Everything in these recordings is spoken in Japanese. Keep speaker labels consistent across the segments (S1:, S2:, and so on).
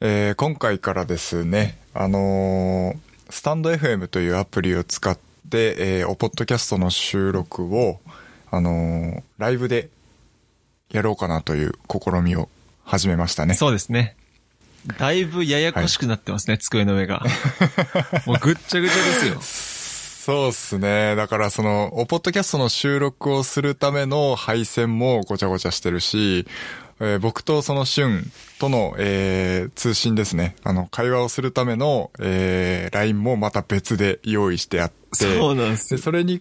S1: えー今回からですね、あのースタンド FM というアプリを使って、えーおポッドキャストの収録を、あのーライブでやろうかなという試みを始めましたね。
S2: そうですね。だいぶややこしくなってますね、机の上 が。もうぐっちゃぐちゃですよ。
S1: そうっすね。だからその、おポッドキャストの収録をするための配線もごちゃごちゃしてるし、えー僕とその旬との、えー通信ですね。あの、会話をするための、えー LINE もまた別で用意してあって。
S2: そうなんです
S1: で、
S2: よ。
S1: それに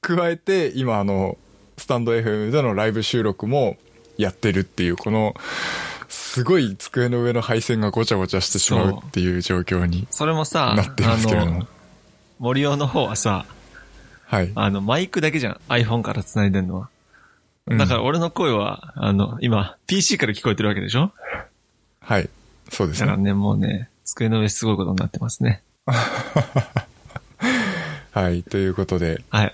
S1: 加えて、今あの、スタンド FM でのライブ収録もやってるっていう、この、すごい机の上の配線がごちゃごちゃしてしまうっていう状況に
S2: それもさ、
S1: なってま
S2: あ
S1: すけれど
S2: の
S1: も、。
S2: 森尾の方はさ、
S1: はい。
S2: あの、マイクだけじゃん。iPhone から繋いでんのは。
S1: うん
S2: だから俺の声は、あの、今、PC から聞こえてるわけでしょ
S1: はい。そうです
S2: だか
S1: ね
S2: ら。ね、もうね、机の上すごいことになってますね。
S1: はい、ということで、
S2: はい。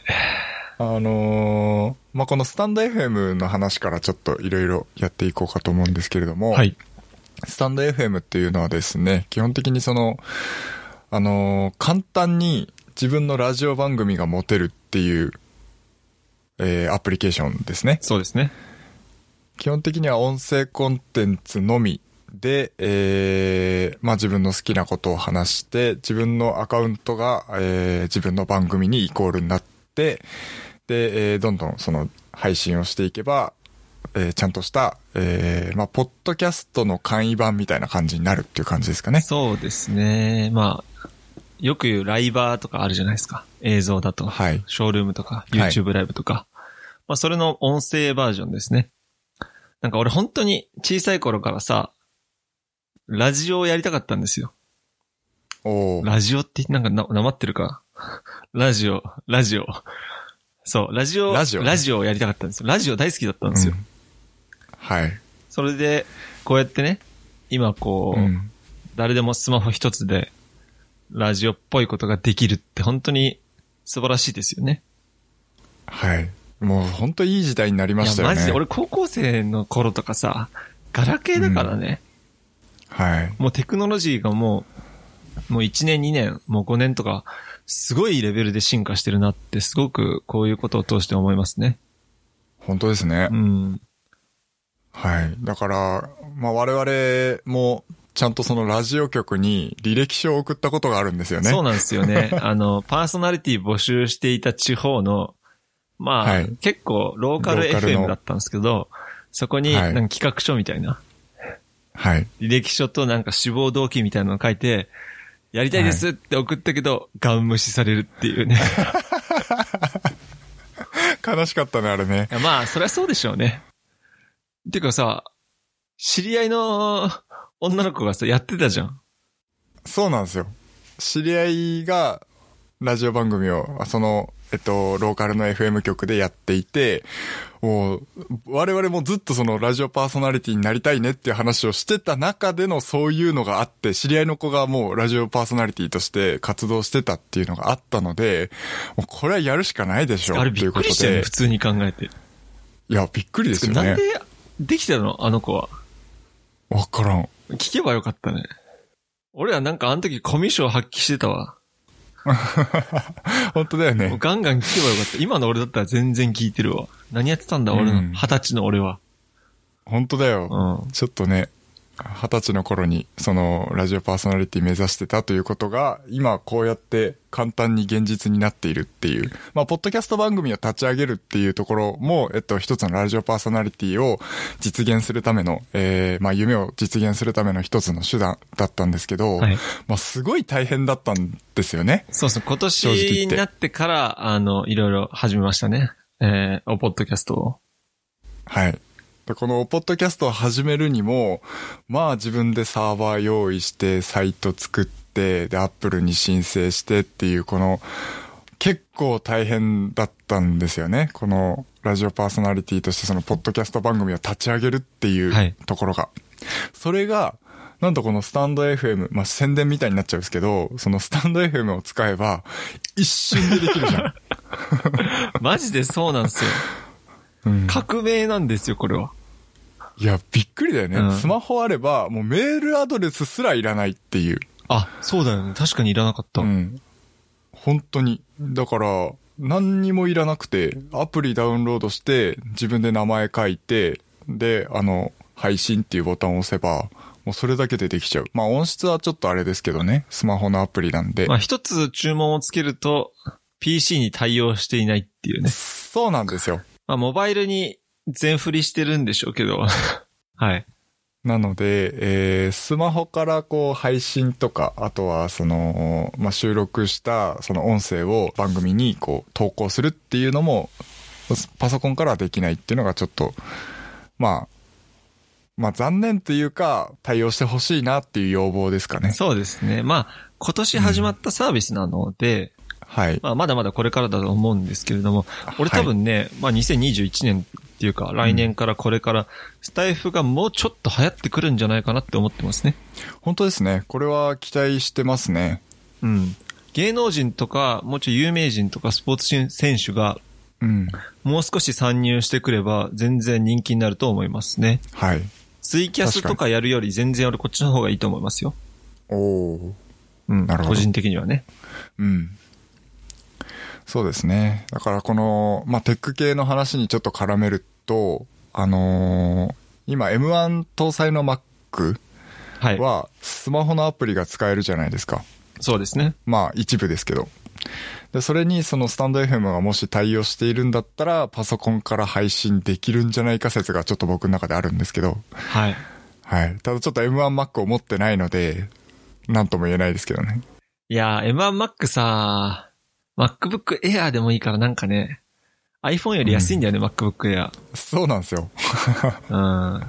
S1: あのーまあ、このスタンド FM の話からちょっといろいろやっていこうかと思うんですけれども、
S2: はい。
S1: スタンド FM っていうのはですね、基本的にその、あのー簡単に自分のラジオ番組が持てるっていう、えーアプリケーションですね。
S2: そうですね。
S1: 基本的には音声コンテンツのみで、えーまあ、自分の好きなことを話して、自分のアカウントが、えー自分の番組にイコールになって、で、えーどんどんその配信をしていけば、えーちゃんとした、えーまあ、ポッドキャストの簡易版みたいな感じになるっていう感じですかね。
S2: そうですね。まあ、よく言うライバーとかあるじゃないですか。映像だと。
S1: はい
S2: ショールームとか、
S1: い
S2: YouTube ライブとか。まあ、それの音声バージョンですね。なんか俺本当に小さい頃からさ、ラジオをやりたかったんですよ。
S1: おー
S2: ラジオってなんかな、なまってるか。ラジオ、ラジオ。そう、ラジオ、
S1: ラジオね
S2: をやりたかったんですよ。ラジオ大好きだったんですよ。
S1: うんはい。
S2: それで、こうやってね、今こう、
S1: うん
S2: 誰でもスマホ一つで、ラジオっぽいことができるって本当に素晴らしいですよね。
S1: はい。もう本当いい時代になりま
S2: いや
S1: し、たよね。
S2: マジで、俺高校生の頃とかさ、ガラケーだからね、
S1: はい。
S2: もうテクノロジーがもう、もう1年2年、もう5年とか、すごいレベルで進化してるなって、すごくこういうことを通して思いますね。
S1: 本当ですね。
S2: うん。
S1: はい。だから、まあ我々もちゃんとそのラジオ局に履歴書を送ったことがあるんですよね。
S2: そうなんですよ ね。あの、パーソナリティ募集していた地方の、まあ、
S1: はい
S2: 結構ローカル
S1: ローカルの
S2: FM だったんですけど、そこに
S1: は
S2: ないんか企画書みたいな、
S1: はい。
S2: 履歴書となんか志望動機みたいなの書いて、やりたいですって送ったけど、ガン無視されるっていうね。
S1: 悲しかったね、あれね。
S2: いやまあ、そりゃそうでしょうね。てかさ、知り合いの女の子がさ、やってたじゃん。
S1: そうなんですよ。知り合いがラジオ番組を、あその、えっと、ローカルの FM 局でやっていて、もう、我々もずっとそのラジオパーソナリティになりたいねっていう話をしてた中でのそういうのがあって、知り合いの子がもうラジオパーソナリティとして活動してたっていうのがあったので、もうこれはやるしかないでしょう。
S2: あれびっくりしたよね、
S1: という
S2: 普
S1: こ
S2: 通に考え
S1: と
S2: て。
S1: でいや、びっくりですよ
S2: なん
S1: ね。
S2: でできたのあの子は。
S1: わからん。
S2: 聞けばよかったね。俺らなんかあの時コミュ障発揮してたわ。
S1: 本当だよ
S2: もう
S1: ね。
S2: ガンガン聞けばよかった。今の俺だったら全然聞いてるわ。何やってたんだ俺
S1: う
S2: の、
S1: ん
S2: 二十歳の俺は。
S1: 本当だよ。
S2: うん。
S1: ちょっとね、二十歳の頃に、その、ラジオパーソナリティ目指してたということが、今こうやって簡単に現実になっているっていう。まあ、ポッドキャスト番組を立ち上げるっていうところも、えっと、一つのラジオパーソナリティを実現するための、えー、まあ、夢を実現するための一つの手段だったんですけど、
S2: はい
S1: まあ、すごい大変だったんですよね。
S2: そうそう、今
S1: 正直言
S2: 年
S1: っ
S2: に
S1: て
S2: なってから、あの、いろいろ始めましたね。えー、おポッドキャストを。
S1: はい。でこのポッドキャストを始めるにも、まあ自分でサーバー用意して、サイト作って、で、アップルに申請してっていう、この、結構大変だったんですよね。このラジオパーソナリティとしてそのポッドキャスト番組を立ち上げるってい
S2: はいう
S1: ところが。それが、なんとこのスタンド FM、まあ宣伝みたいになっちゃうんですけど、そのスタンド FM を使えば、一瞬でできるじゃん。
S2: マジでそうなんですよ。
S1: うん
S2: 革命なんですよ、これは。
S1: いや、びっくりだよね。
S2: うん
S1: スマホあれば、もうメールアドレスすらいらないっていう。
S2: あ、そうだよね。確かにいらなかった。
S1: うん。本当に。だから、何にもいらなくて、アプリダウンロードして、自分で名前書いて、で、あの、配信っていうボタンを押せば、もうそれだけでできちゃう。まあ音質はちょっとあれですけどね、スマホのアプリなんで。
S2: まあ一つ注文をつけると、PC に対応していないっていうね。
S1: そうなんですよ。
S2: まあモバイルに全振りしてるんでしょうけ ど。はい。
S1: なので、えースマホからこう配信とか、あとはその、まあ、収録したその音声を番組にこう投稿するっていうのも、パソコンからはできないっていうのがちょっと、まあ、まあ残念というか、対応してほしいなっていう要望ですかね。
S2: そうですね。まあ今年始まったサービスなので、
S1: はい。
S2: まあまだまだこれからだと思うんですけれども、俺
S1: はい
S2: 多分ね、まあ2021年っていうか来年からこれからスタイフがもうちょっと流行ってくるんじゃないかなって思ってますね。
S1: 本当ですね。これは期待してますね。
S2: うん。芸能人とか、もうちょい有名人とかスポーツ選手が
S1: うん。
S2: もう少し参入してくれば全然人気になると思いますね。
S1: はい。
S2: ツイキャスとかやるより全然俺こっちの方がいいと思いますよ。
S1: おお。
S2: うん。
S1: なるほど
S2: 個人的にはね。
S1: うん。そうですね。だからこの、まあ、テック系の話にちょっと絡めると、あのー今 M1 搭載の Mac
S2: はい。
S1: はスマホのアプリが使えるじゃないですか。
S2: そうですね。
S1: まあ一部ですけど。で、それにそのスタンド FM がもし対応しているんだったら、パソコンから配信できるんじゃないか説がちょっと僕の中であるんですけど、
S2: はい。
S1: はい。ただちょっと M1Mac を持ってないので、なんとも言えないですけどね。
S2: いやー、M1Mac さ、MacBook Air でもいいからなんかね、iPhone より安いんだよね、MacBook
S1: そうなんですよ。
S2: Air。うん。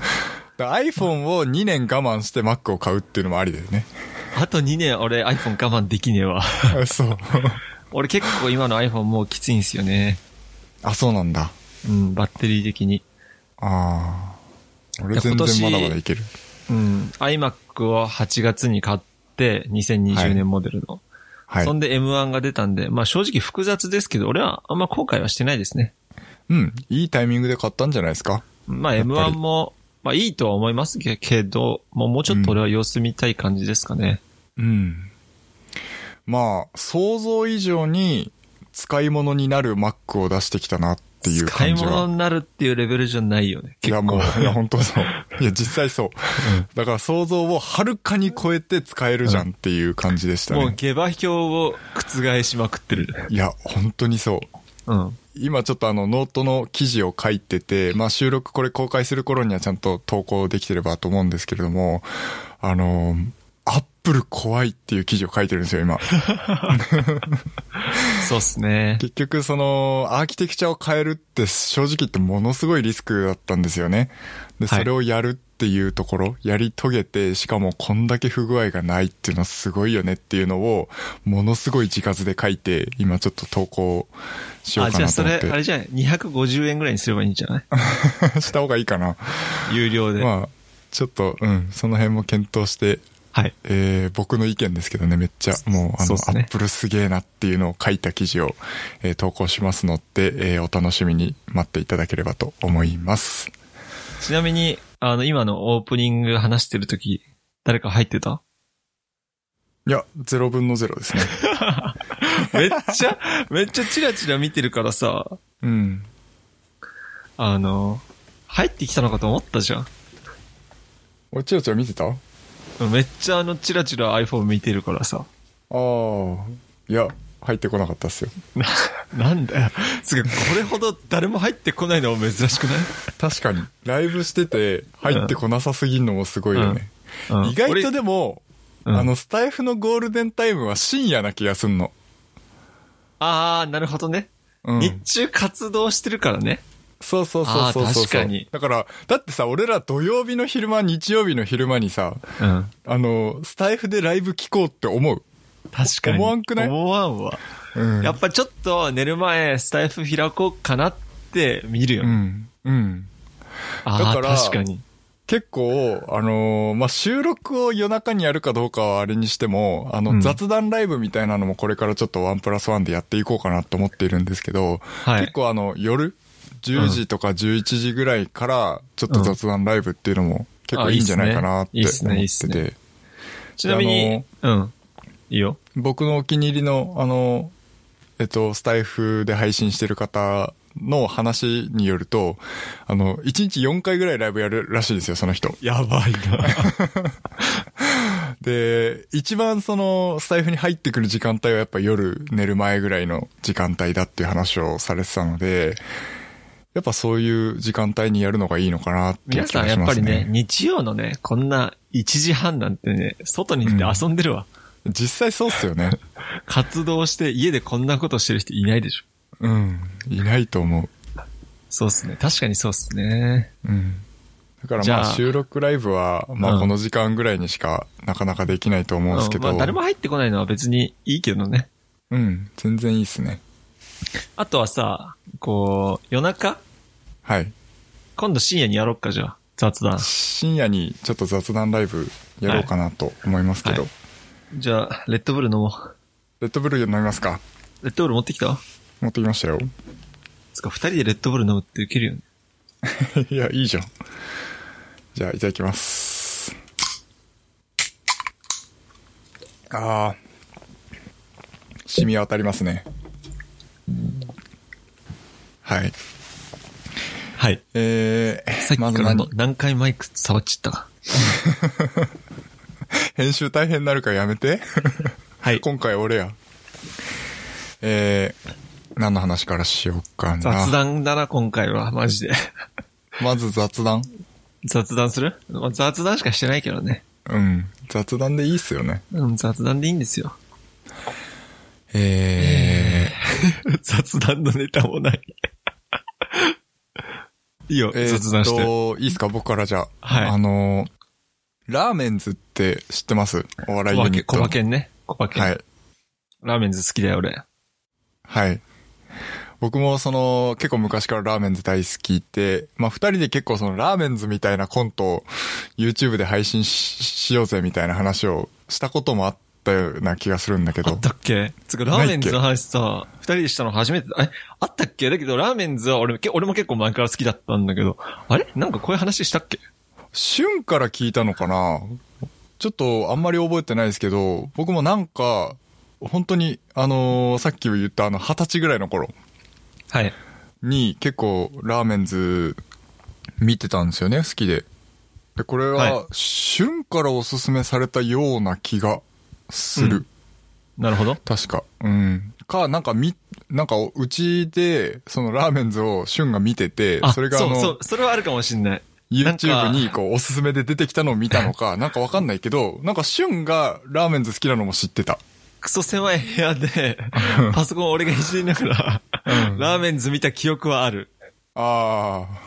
S1: だから iPhone を2年我慢して Mac を買うっていうのもありだよね。
S2: あと2年俺 iPhone 我慢できねえわ。
S1: そう。
S2: 俺結構今の iPhone もうきついんすよね。
S1: あ、そうなんだ。
S2: うん、バッテリー的に。
S1: ああ。
S2: い
S1: 俺
S2: や
S1: 全
S2: 今年
S1: 然まだまだいける。
S2: うん。iMac を8月に買って、2020年モデルの。
S1: はい
S2: そ。んで M1 が出たんで、まあ正直複雑ですけど、俺はあんま後悔はしてないですね。
S1: うん。いいタイミングで買ったんじゃないですか。
S2: まあ
S1: やっぱり
S2: M1 も、まあいいとは思いますけど、もうもうちょっと俺は様子見たい感じですかね。
S1: うん。まあ、想像以上に使い物になる Mac を出してきたなっていう
S2: 使い
S1: 感じ
S2: 物
S1: は。
S2: になるっていうレベルじゃないよね。
S1: い
S2: 結
S1: やも
S2: 構。
S1: う、いや本当そう。いや実際そう。だから想像をはるかに超えて使えるじゃんっていう感じでした
S2: もう
S1: ね。
S2: 下馬評を覆しまくってる。
S1: いや、本当にそう。
S2: うん。
S1: 今ちょっとあのノートの記事を書いてて、まあ収録これ公開する頃にはちゃんと投稿できてればと思うんですけれども、あの、アップル怖いっていう記事を書いてるんです よ、今。
S2: そうっすね。
S1: 結局そのアーキテクチャを変えるって正直言ってものすごいリスクだったんですよね。で、
S2: はい
S1: それをやるっていうところ、やり遂げて、しかもこんだけ不具合がないっていうのはすごいよねっていうのを、ものすごい字数で書いて、今ちょっと投稿しよ
S2: あ、
S1: うか
S2: じゃあ
S1: なと
S2: そ
S1: 思
S2: れ、
S1: っ
S2: あ
S1: て。
S2: れじゃない ?250 円ぐらいにすればいいんじゃな い
S1: した方がいいかな。
S2: 有料で。
S1: まあ、ちょっと、うん、その辺も検討して、
S2: はい。
S1: えー僕の意見ですけどね、めっちゃ、もう、あ
S2: そ
S1: の、
S2: うっすね
S1: アップルすげえなっていうのを書いた記事を、えー投稿しますので、えーお楽しみに待っていただければと思います。
S2: ちなみに、あの、今のオープニング話してるとき、誰か入ってた
S1: いや、0分の0ですね。
S2: めっちゃ、 めっちゃチラチラ見てるからさ、
S1: うん。
S2: あの、入ってきたのかと思ったじゃん。
S1: おちよちよ見てたあ
S2: めっちゃあのチラチラ iPhone 見てるからさ。
S1: あ、いや、入ってこなかったっすよ。
S2: な、なんだよ。すごい、これほど誰も入ってこないのも珍しくない
S1: 確かに、ライブしてて、入ってこなさすぎんのもすごいよね。
S2: うん
S1: 意外と
S2: 俺
S1: でも、
S2: うん
S1: あの、スタイフのゴールデンタイムは深夜な気がすんの。
S2: あー、なるほどね。
S1: うん
S2: 日中活動してるからね。
S1: そうそうそうそうそうそう。
S2: あー確かに
S1: だから、だってさ、俺ら土曜日の昼間、日曜日の昼間にさ、
S2: うん。
S1: あの、スタイフでライブ聞こうって思う。
S2: 確かに。
S1: 思わんくない
S2: 思わんわ。
S1: うん。
S2: やっぱちょっと寝る前、スタイフ開こうかなって見るよ
S1: う
S2: ね。
S1: ん。うん。
S2: あ
S1: だ
S2: あ、
S1: から
S2: 確かに。
S1: 結構、あのーまあ、収録を夜中にやるかどうかはあれにしても、あの、
S2: うん
S1: 雑談ライブみたいなのもこれからちょっとワンプラスワンでやっていこうかなと思っているんですけど、
S2: はい
S1: 結構あの、夜、 10時とか11時ぐらいから、ちょっと雑談ライブっていうのも結構いいんじゃないかなって
S2: いい
S1: 思
S2: っ
S1: っ
S2: すねいいっ
S1: て、
S2: すねいいってちなみに、うん。いいよ。
S1: 僕のお気に入りの、あの、えっと、スタイフで配信してる方の話によると、あの、1日4回ぐらいライブやるらしいですよ、その人。
S2: やばいな。
S1: で、一番その、スタイフに入ってくる時間帯はやっぱ夜寝る前ぐらいの時間帯だっていう話をされてたので、やっぱそういう時間帯にやるのがいいのかなっていう
S2: 皆
S1: 気
S2: さ
S1: が
S2: ん
S1: し
S2: やっ
S1: ま
S2: ぱ
S1: す
S2: りね、
S1: ね。
S2: 日曜のね、こんな1時半なんてね、外に行って遊んでるわ。
S1: 実際そうっすよね。
S2: 活動して家でこんなことしてる人いないでしょ。
S1: うん。いないと思
S2: そうっすね。確かにそうっすね。
S1: う。うん。だから
S2: じ
S1: ま
S2: ゃ
S1: あ
S2: あ
S1: 収録ライブは、ま
S2: う
S1: あ
S2: ん
S1: この時間ぐらいにしかなかなかできないと思うんですけど。
S2: まあ誰も入ってこないのは別にいいけどね。
S1: うん。全然いいっすね。
S2: あとはさ、こう、夜中
S1: はい。
S2: 今度深夜にやろっか、じゃあ。雑談。
S1: 深夜にちょっと雑談ライブやろうかなと思いますけど。
S2: はじゃあ、レッドブル飲もう。
S1: レッドブル飲みますか
S2: レッドブル持ってきた
S1: 持ってきましたよ。
S2: つか、二人でレッドブル飲むってウケるよね。
S1: いや、いいじゃん。じゃあ、いただきます。ああ。染み渡りますね。はい。
S2: はい。
S1: え
S2: さっ
S1: ー、
S2: き
S1: まず
S2: からも
S1: 何
S2: う何回マイク触っちったか。
S1: 編集大変になるからやめて。
S2: は い
S1: 今回俺や。えー、何の話からしようかな。
S2: 雑。談だな、今回は。マジで。
S1: まず雑談。
S2: 雑談するまあ雑談しかしてないけどね。
S1: うん。雑談でいいっすよね。
S2: うん、雑談でいいんですよ。
S1: えー、
S2: 雑談のネタもない。 いいよ、
S1: えーっと
S2: 雑談して。
S1: いいっすか僕からじゃあ。
S2: はい
S1: あのー、ラーメンズって知ってますお笑い
S2: 小
S1: ユ
S2: 馬
S1: ニ
S2: 券、
S1: ット。
S2: 小馬券ね。小馬券。
S1: はい。
S2: ラーメンズ好きだよ、俺。
S1: はい。僕もその、結構昔からラーメンズ大好きで、まあ二人で結構そのラーメンズみたいなコントを YouTube で配信ししようぜみたいな話をしたこともあったような気がするんだけ
S2: あ
S1: ど
S2: っ。たっけつうか、ラーメンズの話さ、二人でしたの初めて、え、あったっけだけど、ラーメンズは俺、け俺も結構前から好きだったんだけど、あれなんかこういう話したっけ
S1: 旬から聞いたのかなちょっとあんまり覚えてないですけど、僕もなんか、本当に、あのーさっき言ったあの二十歳ぐらいの頃。
S2: はい。
S1: に結構ラーメンズ見てたんですよね、好きで。で、これ
S2: は
S1: は、旬からおすすめされたような気がする。
S2: うんなるほど。
S1: 確か。うん。か、なんかみ、なんかうちで、そのラーメンズを旬が見てて、それがあの、
S2: そうそう、それはあるかもしんない。なんか
S1: YouTube にこうおすすめで出てきたのを見たのか、なんかわかんないけど、なんか旬がラーメンズ好きなのも知ってた。
S2: クソ狭い部屋で、パソコンを俺がいじりながら、
S1: うん
S2: ラーメンズ見た記憶はある。
S1: ああ。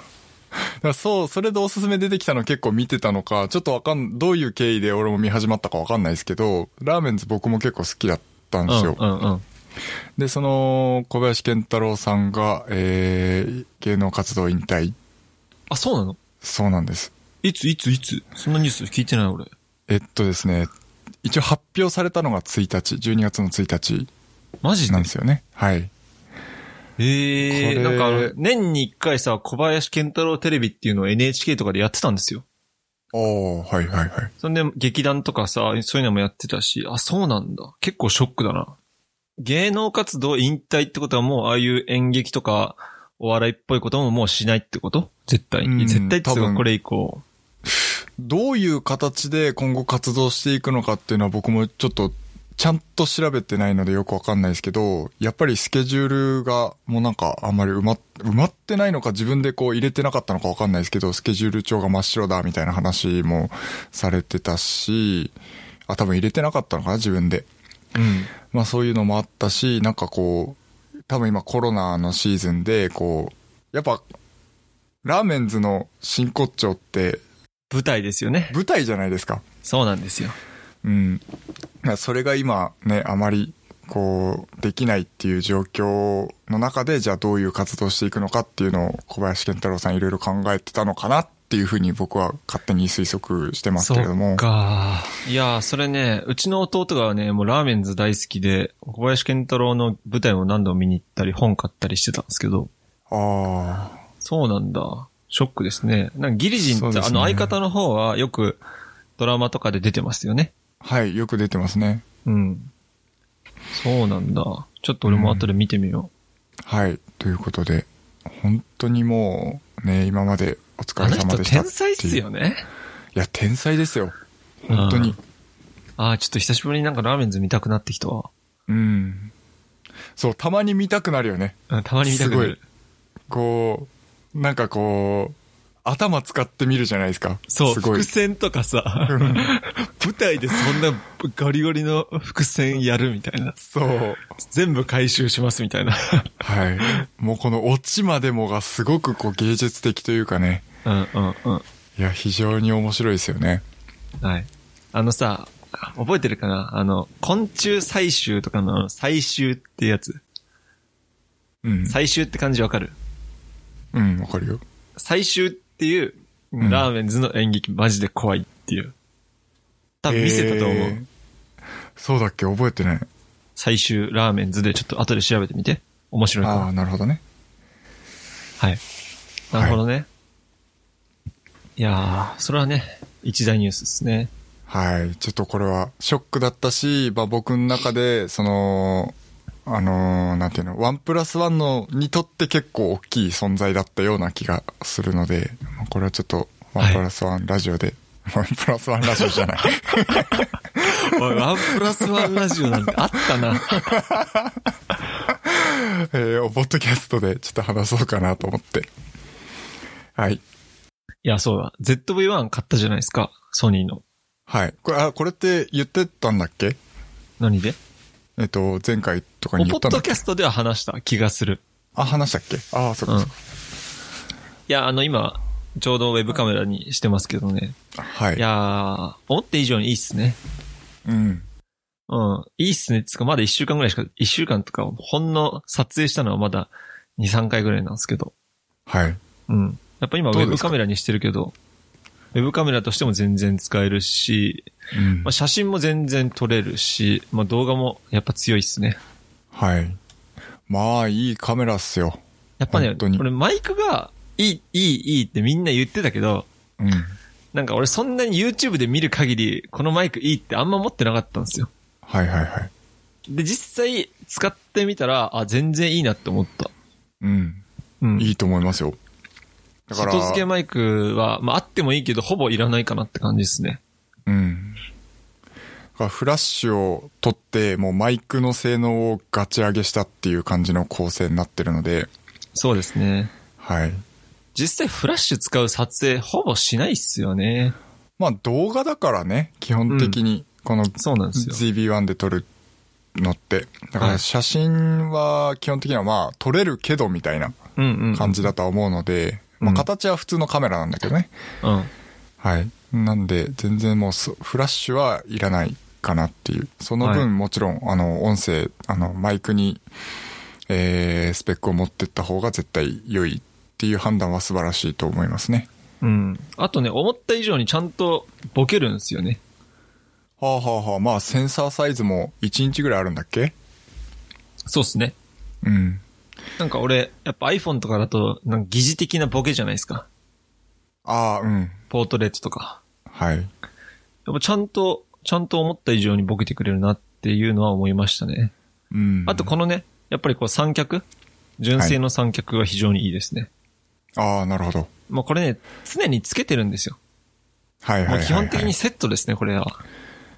S1: だからそう、それでおすすめ出てきたの結構見てたのか、ちょっとわかん、どういう経緯で俺も見始まったかわかんないですけど、ラーメンズ僕も結構好きだったん
S2: うん、
S1: です
S2: うん、
S1: よ。
S2: うん。
S1: で、その、小林健太郎さんが、えー、芸能活動引退。
S2: あ、そうなの
S1: そうなんです。
S2: いつ、いつ、いつそんなニュース聞いてない俺。
S1: えっとですね、一応発表されたのが1日、12月の1
S2: マジ
S1: 日
S2: で
S1: なんですよね。はい。
S2: ええ
S1: これ
S2: なんかあの、年に一回さ、小林健太郎テレビっていうのを NHK とかでやってたんですよ。
S1: おー、はいはいはい。
S2: そんで、劇団とかさ、そういうのもやってたし、あ、そうなんだ。結構ショックだな。芸能活動引退ってことはもう、ああいう演劇とか、お笑いっぽいことももうしないってこと絶対
S1: うん
S2: に。絶対っていう
S1: 多分
S2: かこれ以降。
S1: どういう形で今後活動していくのかっていうのは僕もちょっとちゃんと調べてないのでよくわかんないですけど、やっぱりスケジュールがもうなんかあんまり埋まっ埋まってないのか自分でこう入れてなかったのかわかんないですけど、スケジュール帳が真っ白だみたいな話もされてたし、あ、多分入れてなかったのかな自分で。
S2: うん。
S1: まあそういうのもあったし、なんかこう、多分今コロナのシーズンで、こう、やっぱ、ラーメンズの真骨頂って
S2: 舞台ですよね。
S1: 舞台じゃないですか。
S2: そうなんですよ。
S1: うん。それが今ね、あまり、こう、できないっていう状況の中で、じゃあどういう活動していくのかっていうのを小林健太郎さんいろいろ考えてたのかなっていうふうに僕は勝手に推測してますけれども。
S2: か。いやー、それね、うちの弟がね、もうラーメンズ大好きで、小林健太郎の舞台を何度も見に行ったり、本買ったりしてたんですけど、
S1: ああ。
S2: そうなんだ。ショックですね。なんかギリジン
S1: そう
S2: って、
S1: です
S2: あ
S1: ね
S2: の相方の方はよくドラマとかで出てますよね。
S1: はい、よく出てますね。
S2: うん。そうなんだ。ちょっと俺も後で見てみよ
S1: はい、ということで、本当にもう、ね、今までお
S2: う。
S1: 疲
S2: あ
S1: れ
S2: の
S1: 様
S2: 人
S1: でした
S2: 天才っす
S1: っていう
S2: よね。
S1: いや、天才ですよ。本当に。
S2: ああ、ちょっと久しぶりになんかラーメンズ見たくなってきたわ。
S1: うん。そう、たまに見たくなるよね。
S2: うんたまに見たくなる。
S1: こう、なんかこう、頭使ってみるじゃないですか。
S2: そう、
S1: すごい
S2: 伏。線とかさ、舞台でそんなガリガリの伏線やるみたいな。
S1: そう。
S2: 全部回収しますみたいな。
S1: はい。もうこのオチまでもがすごくこう芸術的というかね。
S2: うんうんうん。
S1: いや、非常に面白いですよね。
S2: はい。あのさ、覚えてるかなあの、昆虫採集とかの採集ってやつ。
S1: うん。
S2: 採集って感じわかる
S1: うん、わかるよ。
S2: 採集っていう、
S1: うん
S2: ラーメンズの演劇マジで怖いっていう。多分見せたと思う。
S1: えーそうだっけ覚えてない。
S2: 最終ラーメンズでちょっと後で調べてみて。面白いから。
S1: ああ、なるほどね。
S2: はい。なるほどね。い、やー、それはね、一大ニュースですね。
S1: はい。ちょっとこれはショックだったし、まあ僕の中で、その、あのーなんていうの、ワンプラスワンの、にとって結構大きい存在だったような気がするので、まあこれはちょっと、ワンプラスワンラジオで、ワンプラスワンラジオじ ゃない。
S2: おい、ワンプラスワンラジオなんてあっ たな。
S1: えー、ポッドキャストでちょっと話そうかなと思って。はい。
S2: いや、そうだ。ZV-1 買ったじゃないですか。ソニーの。
S1: はい。これ、あ、これって言ってたんだっけ
S2: 何で
S1: えっと、前回とか
S2: ポ
S1: に言
S2: ッ
S1: ったんだ
S2: ド
S1: っけ
S2: キャストでは話した気がする。
S1: あ、話したっけああ、そうっ
S2: ん。
S1: か
S2: い
S1: そっか。
S2: や、あの、今、ちょうどウェブカメラにしてますけどね。
S1: はい。
S2: いやー、思った以上にいいっすね。
S1: うん。
S2: うん。いいっすね。つうか、まだ一週間ぐらいしか、一週間とか、ほんの撮影したのはまだ2、3回ぐらいなんですけど。
S1: はい。
S2: うん。やっぱ今ウ
S1: どう
S2: ェ
S1: で
S2: ブ
S1: すか
S2: カメラにしてるけど、ウェブカメラとしても全然使えるし、
S1: うん
S2: まあ、写真も全然撮れるし、まあ、動画もやっぱ強いっすね。
S1: はい。まあ、いいカメラっすよ。
S2: やっぱね
S1: 本当に、
S2: 俺マイクがいい、いい、いいってみんな言ってたけど、
S1: うん。
S2: なんか俺そんなに YouTube で見る限り、このマイクいいってあんま持ってなかったんですよ。
S1: はいはいはい。
S2: で、実際使ってみたら、あ、全然いいなって思った。
S1: うん。
S2: うん。
S1: いいと思いますよ。だから、
S2: 外付けマイクは、まあ、あってもいいけど、ほぼいらないかなって感じですね。
S1: うん。だからフラッシュを取って、もうマイクの性能をガチ上げしたっていう感じの構成になってるので、
S2: そうですね。
S1: はい。
S2: 実際フラッシュ使う撮影ほぼしないっすよね。
S1: まあ動画だからね、基本的に、この
S2: そうなんですよ。
S1: ZB-1 で撮るのって。だか
S2: は
S1: ら
S2: い
S1: 写真は基本的にはまあ撮れるけどみたいな
S2: うんうん。
S1: 感じだとは思うので、
S2: うん
S1: まあ形は普通のカメラなんだけどね。
S2: うん。
S1: はい。なんで全然もうそフラッシュはいらないかなっていう。その分、
S2: はい
S1: もちろんあの音声、あのマイクに、えースペックを持ってった方が絶対良いっていう判断は素晴らしいと思いますね。
S2: うん。あとね、思った以上にちゃんとボケるんですよね。
S1: はあはあはあ、まあセンサーサイズも1インチぐらいあるんだっけ
S2: そうっすね。
S1: うん。
S2: なんか俺、やっぱ iPhone とかだと、なんか疑似的なボケじゃないですか。
S1: ああ、うん。
S2: ポートレートとか。
S1: はい。
S2: やっぱちゃんと、ちゃんと思った以上にボケてくれるなっていうのは思いましたね。
S1: うん。
S2: あとこのね、やっぱりこう三脚純正の三脚が非常にいいですね。
S1: ああ、なるほど。
S2: まあこれね、常につけてるんですよ。
S1: はいはいは
S2: も
S1: いうはい。
S2: 基本的にセットですね、これは。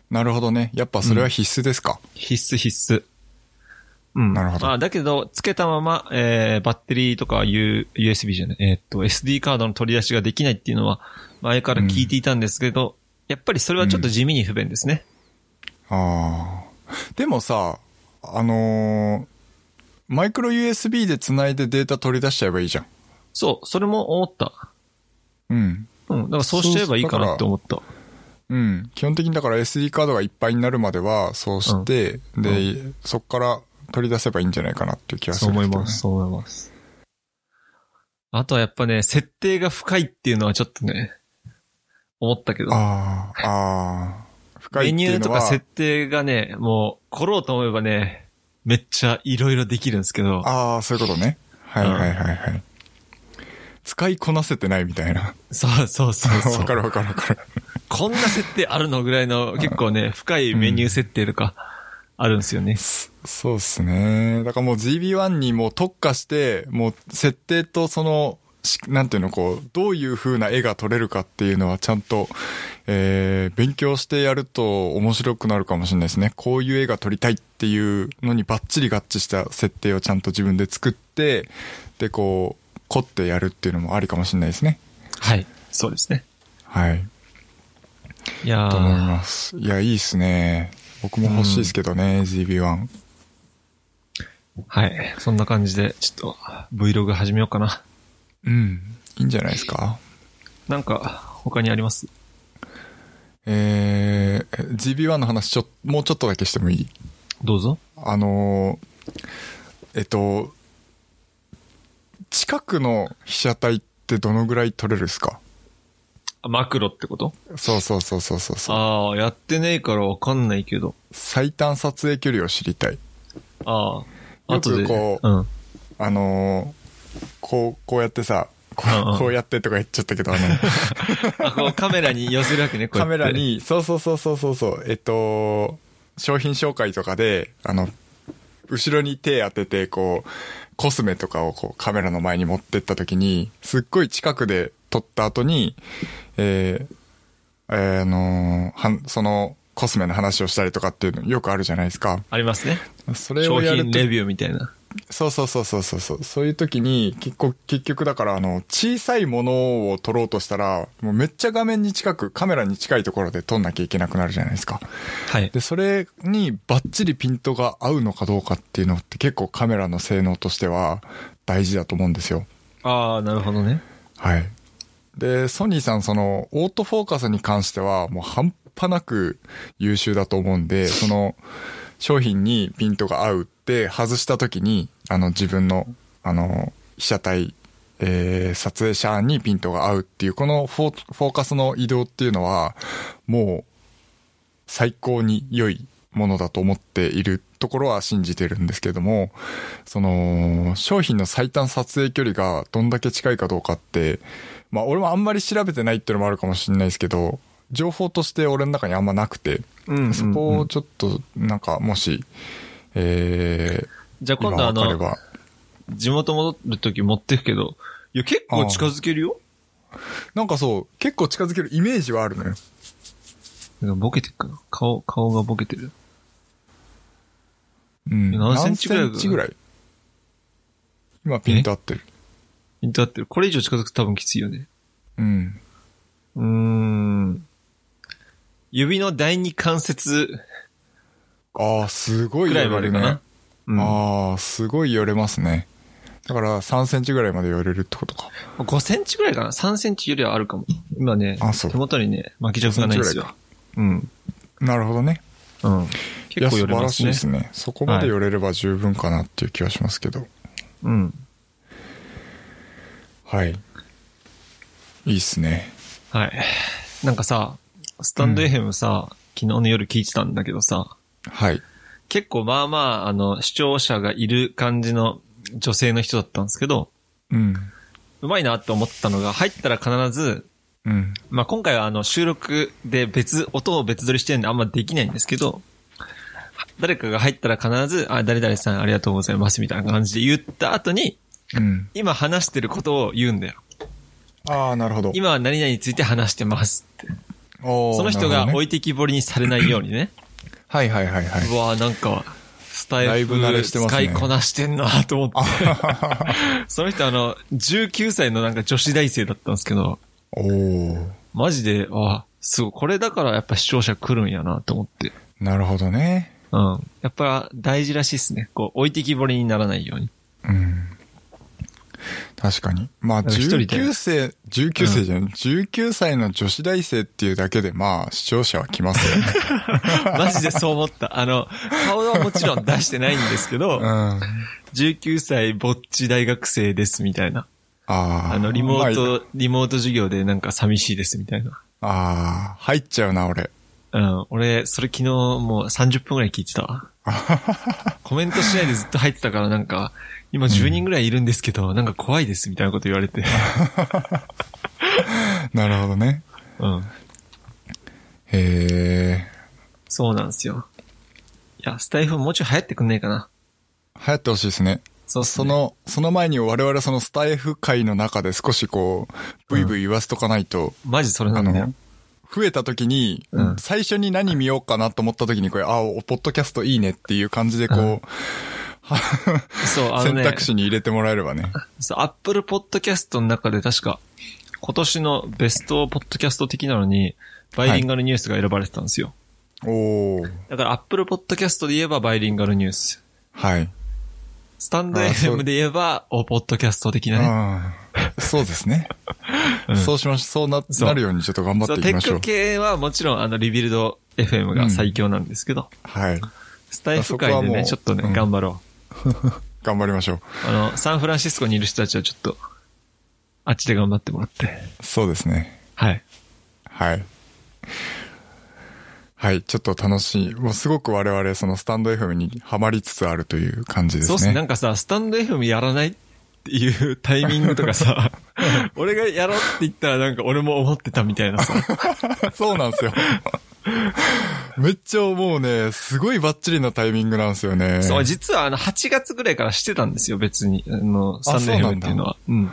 S1: なるほどね。やっぱそれは必須ですか。
S2: 必須必須。うん。
S1: なるほど
S2: まあ、だけど、つけたまま、えー、バッテリーとか U、USB じゃない、えーっと、SD カードの取り出しができないっていうのは、前から聞いていたんですけど、やっぱりそれはちょっと地味に不便ですね。
S1: ああ。でもさ、あのーマイクロ USB で繋いでデータ取り出しちゃえばいいじゃん。
S2: そう、それも思った。
S1: うん。
S2: うん。だからそうしちゃえばいいかなって思った。
S1: うん。基本的にだから SD カードがいっぱいになるまでは、そうして、で、そっから取り出せばいいんじゃないかなっていう気がす
S2: そう
S1: る、
S2: 思います、。そう思います。あとはやっぱね、設定が深いっていうのはちょっとね、思ったけど。
S1: ああ、ああ。深い
S2: メ
S1: って
S2: ニ
S1: い
S2: ュ
S1: う
S2: ーと
S1: の
S2: か
S1: は、
S2: 設定がね、もう、来ろうと思えばね、めっちゃいろいろできるんですけど、
S1: ああ、そういうことね。はいはいはいはい。使いこなせてないみたいな。
S2: そうそうそう そ
S1: わ
S2: う
S1: か。るわかるわかる。
S2: こんな設定あるのぐらいの結構ね、深いメニュー設定とかあるんですよね。
S1: そうですね。だからもう GB1 にもう特化して、もう設定とその、しなんていうの、こう、どういう風な絵が撮れるかっていうのはちゃんと、えー、勉強してやると面白くなるかもしれないですね。こういう絵が撮りたいっていうのにバッチリ合致した設定をちゃんと自分で作って、で、こう、凝ってやるっていうのもありかもしれないですね。
S2: はい。そうですね。
S1: はい。
S2: いや
S1: と思い
S2: ー
S1: ます。いや、いいっすね。僕も欲しいですけどね、GB1。
S2: はい。そんな感じで、ちょっと Vlog 始めようかな。
S1: うん。いいんじゃないですか
S2: なんか、他にあります
S1: えー、GB1 の話ちょ、もうちょっとだけしてもいい
S2: どうぞ。
S1: あのーえっと、近くの被写体ってどのぐらい撮れるですか
S2: あマクロってこと
S1: そうそうそうそうそうそう。
S2: ああ、やってねえからわかんないけど。
S1: 最短撮影距離を知りたい。
S2: ああ。
S1: よ
S2: 後
S1: く
S2: で。
S1: こう
S2: うん。うん
S1: あのーこう、こうやってさ、こう
S2: うんうん
S1: こうやってとか言っちゃったけど、あの、
S2: あ、こうカメラに寄せるわけね、
S1: カ
S2: こうやって
S1: メラ。に、そうそうそうそうそうそう、えっと、商品紹介とかで、あの、後ろに手当てて、こう、コスメとかをこうカメラの前に持ってった時に、すっごい近くで撮った後に、えーえーあのーはん、その、コスメの話をしたりとかっていうのよくあるじゃないですか。
S2: ありますね。
S1: それ
S2: 商
S1: をやる
S2: 品
S1: と
S2: レビューみたいな。
S1: そうそうそうそうそうそう。そういう時に、結構、結局だから、あの、小さいものを撮ろうとしたら、もうめっちゃ画面に近く、カメラに近いところで撮んなきゃいけなくなるじゃないですか。
S2: はい。
S1: で、それにバッチリピントが合うのかどうかっていうのって結構カメラの性能としては大事だと思うんですよ。
S2: ああ、なるほどね。
S1: はい。で、ソニーさん、その、オートフォーカスに関しては、もう半端なく優秀だと思うんで、その、商品にピントが合うって、外した時に、あの、自分の、あの、被写体、えー撮影者にピントが合うっていう、このフォーフォーカスの移動っていうのは、もう、最高に良いものだと思っているところは信じてるんですけども、その、商品の最短撮影距離がどんだけ近いかどうかって、まあ俺もあんまり調べてないっていうのもあるかもしれないですけど、情報として俺の中にあんまなくて、
S2: うん
S1: そこをちょっと、なんか、もし、えー、
S2: じゃあ
S1: 今
S2: 今度あ
S1: わかれ
S2: の、
S1: ば。
S2: 地元戻るとき持ってくけど、いや、結構近づけるよ。
S1: なんかそう、結構近づけるイメージはあるのよ。
S2: なんかボケてっかな。顔、顔がボケてる。
S1: うん。
S2: 何センチぐらいだ
S1: 何センチぐらい今ピント合ってる。
S2: だって、これ以上近づくと多分きついよね。
S1: うん。
S2: うーん。指の第二関節
S1: ああ、すごい
S2: ぐらい
S1: 寄
S2: ま
S1: れ
S2: で
S1: る
S2: か
S1: ね
S2: な。。うん。
S1: ああ、すごい寄れますね。だから3センチぐらいまで寄れるってことか。
S2: 5センチぐらいかな。3センチよりはあるかも。今ね
S1: あそう、
S2: 手元にね、巻き尺がないんですよ。うん。
S1: なるほどね。
S2: うん。結構寄れ
S1: いや素晴ら
S2: ますね
S1: しい。ですね。そこまで寄れれば十分かなっていう気はしますけど。
S2: うん。
S1: はい。いいっすね。
S2: はい。なんかさ、スタンド
S1: うん
S2: FM さ、昨日の夜聞いてたんだけどさ、
S1: はい。
S2: 結構まあまあ、あの、視聴者がいる感じの女性の人だったんですけど、
S1: うん。
S2: うまいなって思ったのが、入ったら必ず、
S1: うん。
S2: まあ今回はあの、収録で別、音を別撮りしてるんであんまできないんですけど、誰かが入ったら必ず、あ、誰々さんありがとうございますみたいな感じで言った後に、
S1: うん。
S2: 今話してることを言うんだよ。
S1: ああ、なるほど。
S2: 今は何々について話してますって。
S1: そ
S2: その人が置
S1: い、
S2: いてきぼりにされないようにね。。
S1: はいはいはいはいう
S2: わぁ、なんか、スタ
S1: だ
S2: イ
S1: い
S2: フ
S1: ぶ慣れしてますね
S2: 使いこなしてんなぁと思って。 その人あの、19歳のなんか女子大生だったんですけど、
S1: おお
S2: マジで、あすごい、これだからやっぱ視聴者来るんやなと思って。
S1: なるほどね。
S2: うん。やっぱ大事らしいっすね。こう、置いてきぼりにならないように。
S1: うん。確かに。まあ、
S2: んか一人で
S1: 19世、19世じゃない、19歳の女子大生っていうだけで、まあ、視聴者は来ますよね。
S2: マジでそう思った。あの、顔はもちろん出してないんですけ
S1: うん。
S2: ど、
S1: あ
S2: 19歳ぼっち大学生ですみたいな。
S1: あ。
S2: あの、リモー
S1: まあ
S2: ト、リモート授業でなんか寂しいですみたいな。
S1: ああ、入っちゃうな、俺。
S2: ううん。俺、それ昨日もう30分くらい聞いて た。コメントしないでずっと入ってたからなんか、今10人くらいいるんですけど、なんか怖いですみたいなこと言われて。
S1: なるほどね。
S2: うん。
S1: へえ。
S2: そうなんですよ。いや、スタイフもうちょい流行ってくんねえかな。
S1: 流行ってほしいですね。
S2: そうっす
S1: そ
S2: ね。
S1: の、その前に我々はそのスタイフ界の中で少しこう、ブイブイ言わせとかないと、
S2: マジそれな
S1: あ
S2: んだよ
S1: の。、増えた時に、
S2: うん
S1: 最初に何見ようかなと思った時にこれ、あ、おポッドキャストいいねっていう感じでこう、
S2: そう、あの
S1: 選
S2: ね、
S1: 択肢に入れてもらえればね。
S2: そう、アップルポッドキャストの中で確か、今年のベストポッドキャスト的なのに、バイリンガルニュースが選ばれてたんですよ。
S1: おー。
S2: だからアップルポッドキャストで言えばバイリンガルニュース。
S1: はい。
S2: スタンド
S1: あそう
S2: FM で言えば、おポッドキャスト的なね。
S1: あーそうですね。
S2: うん
S1: そうしましそうな、
S2: そう
S1: なるようにちょっと頑張
S2: そう
S1: ってい
S2: テ
S1: きま
S2: ッ
S1: しょ
S2: ク
S1: う。
S2: 系はもちろんあのリビルド FM が最強なんですけど、
S1: はい。
S2: スタイフ界
S1: あそこ
S2: で
S1: はも
S2: ね、
S1: う
S2: ちょっとね、
S1: うん
S2: 頑張ろ
S1: 頑張りましょう。
S2: う。あの、サンフランシスコにいる人たちはちょっと、あっちで頑張ってもらって。
S1: そうですね。
S2: はい。
S1: はい。はい。ちょっと楽しい。もうすごく我々、そのスタンド FM にハマりつつあるという感じですね。
S2: そうっすね。なんかさ、スタンド FM やらないっていうタイミングと かさ、俺がやろうって言ったらなんか俺も思ってたみた いなさ。
S1: そうなんですよ。 めっちゃもうね、すごいバッチリなタイミングなんですよね。
S2: そう、実はあの、8月ぐらいからしてたんですよ、別に。あの、スタ
S1: あ
S2: ンド
S1: そうなん
S2: FM
S1: だ
S2: っていうのは。うん。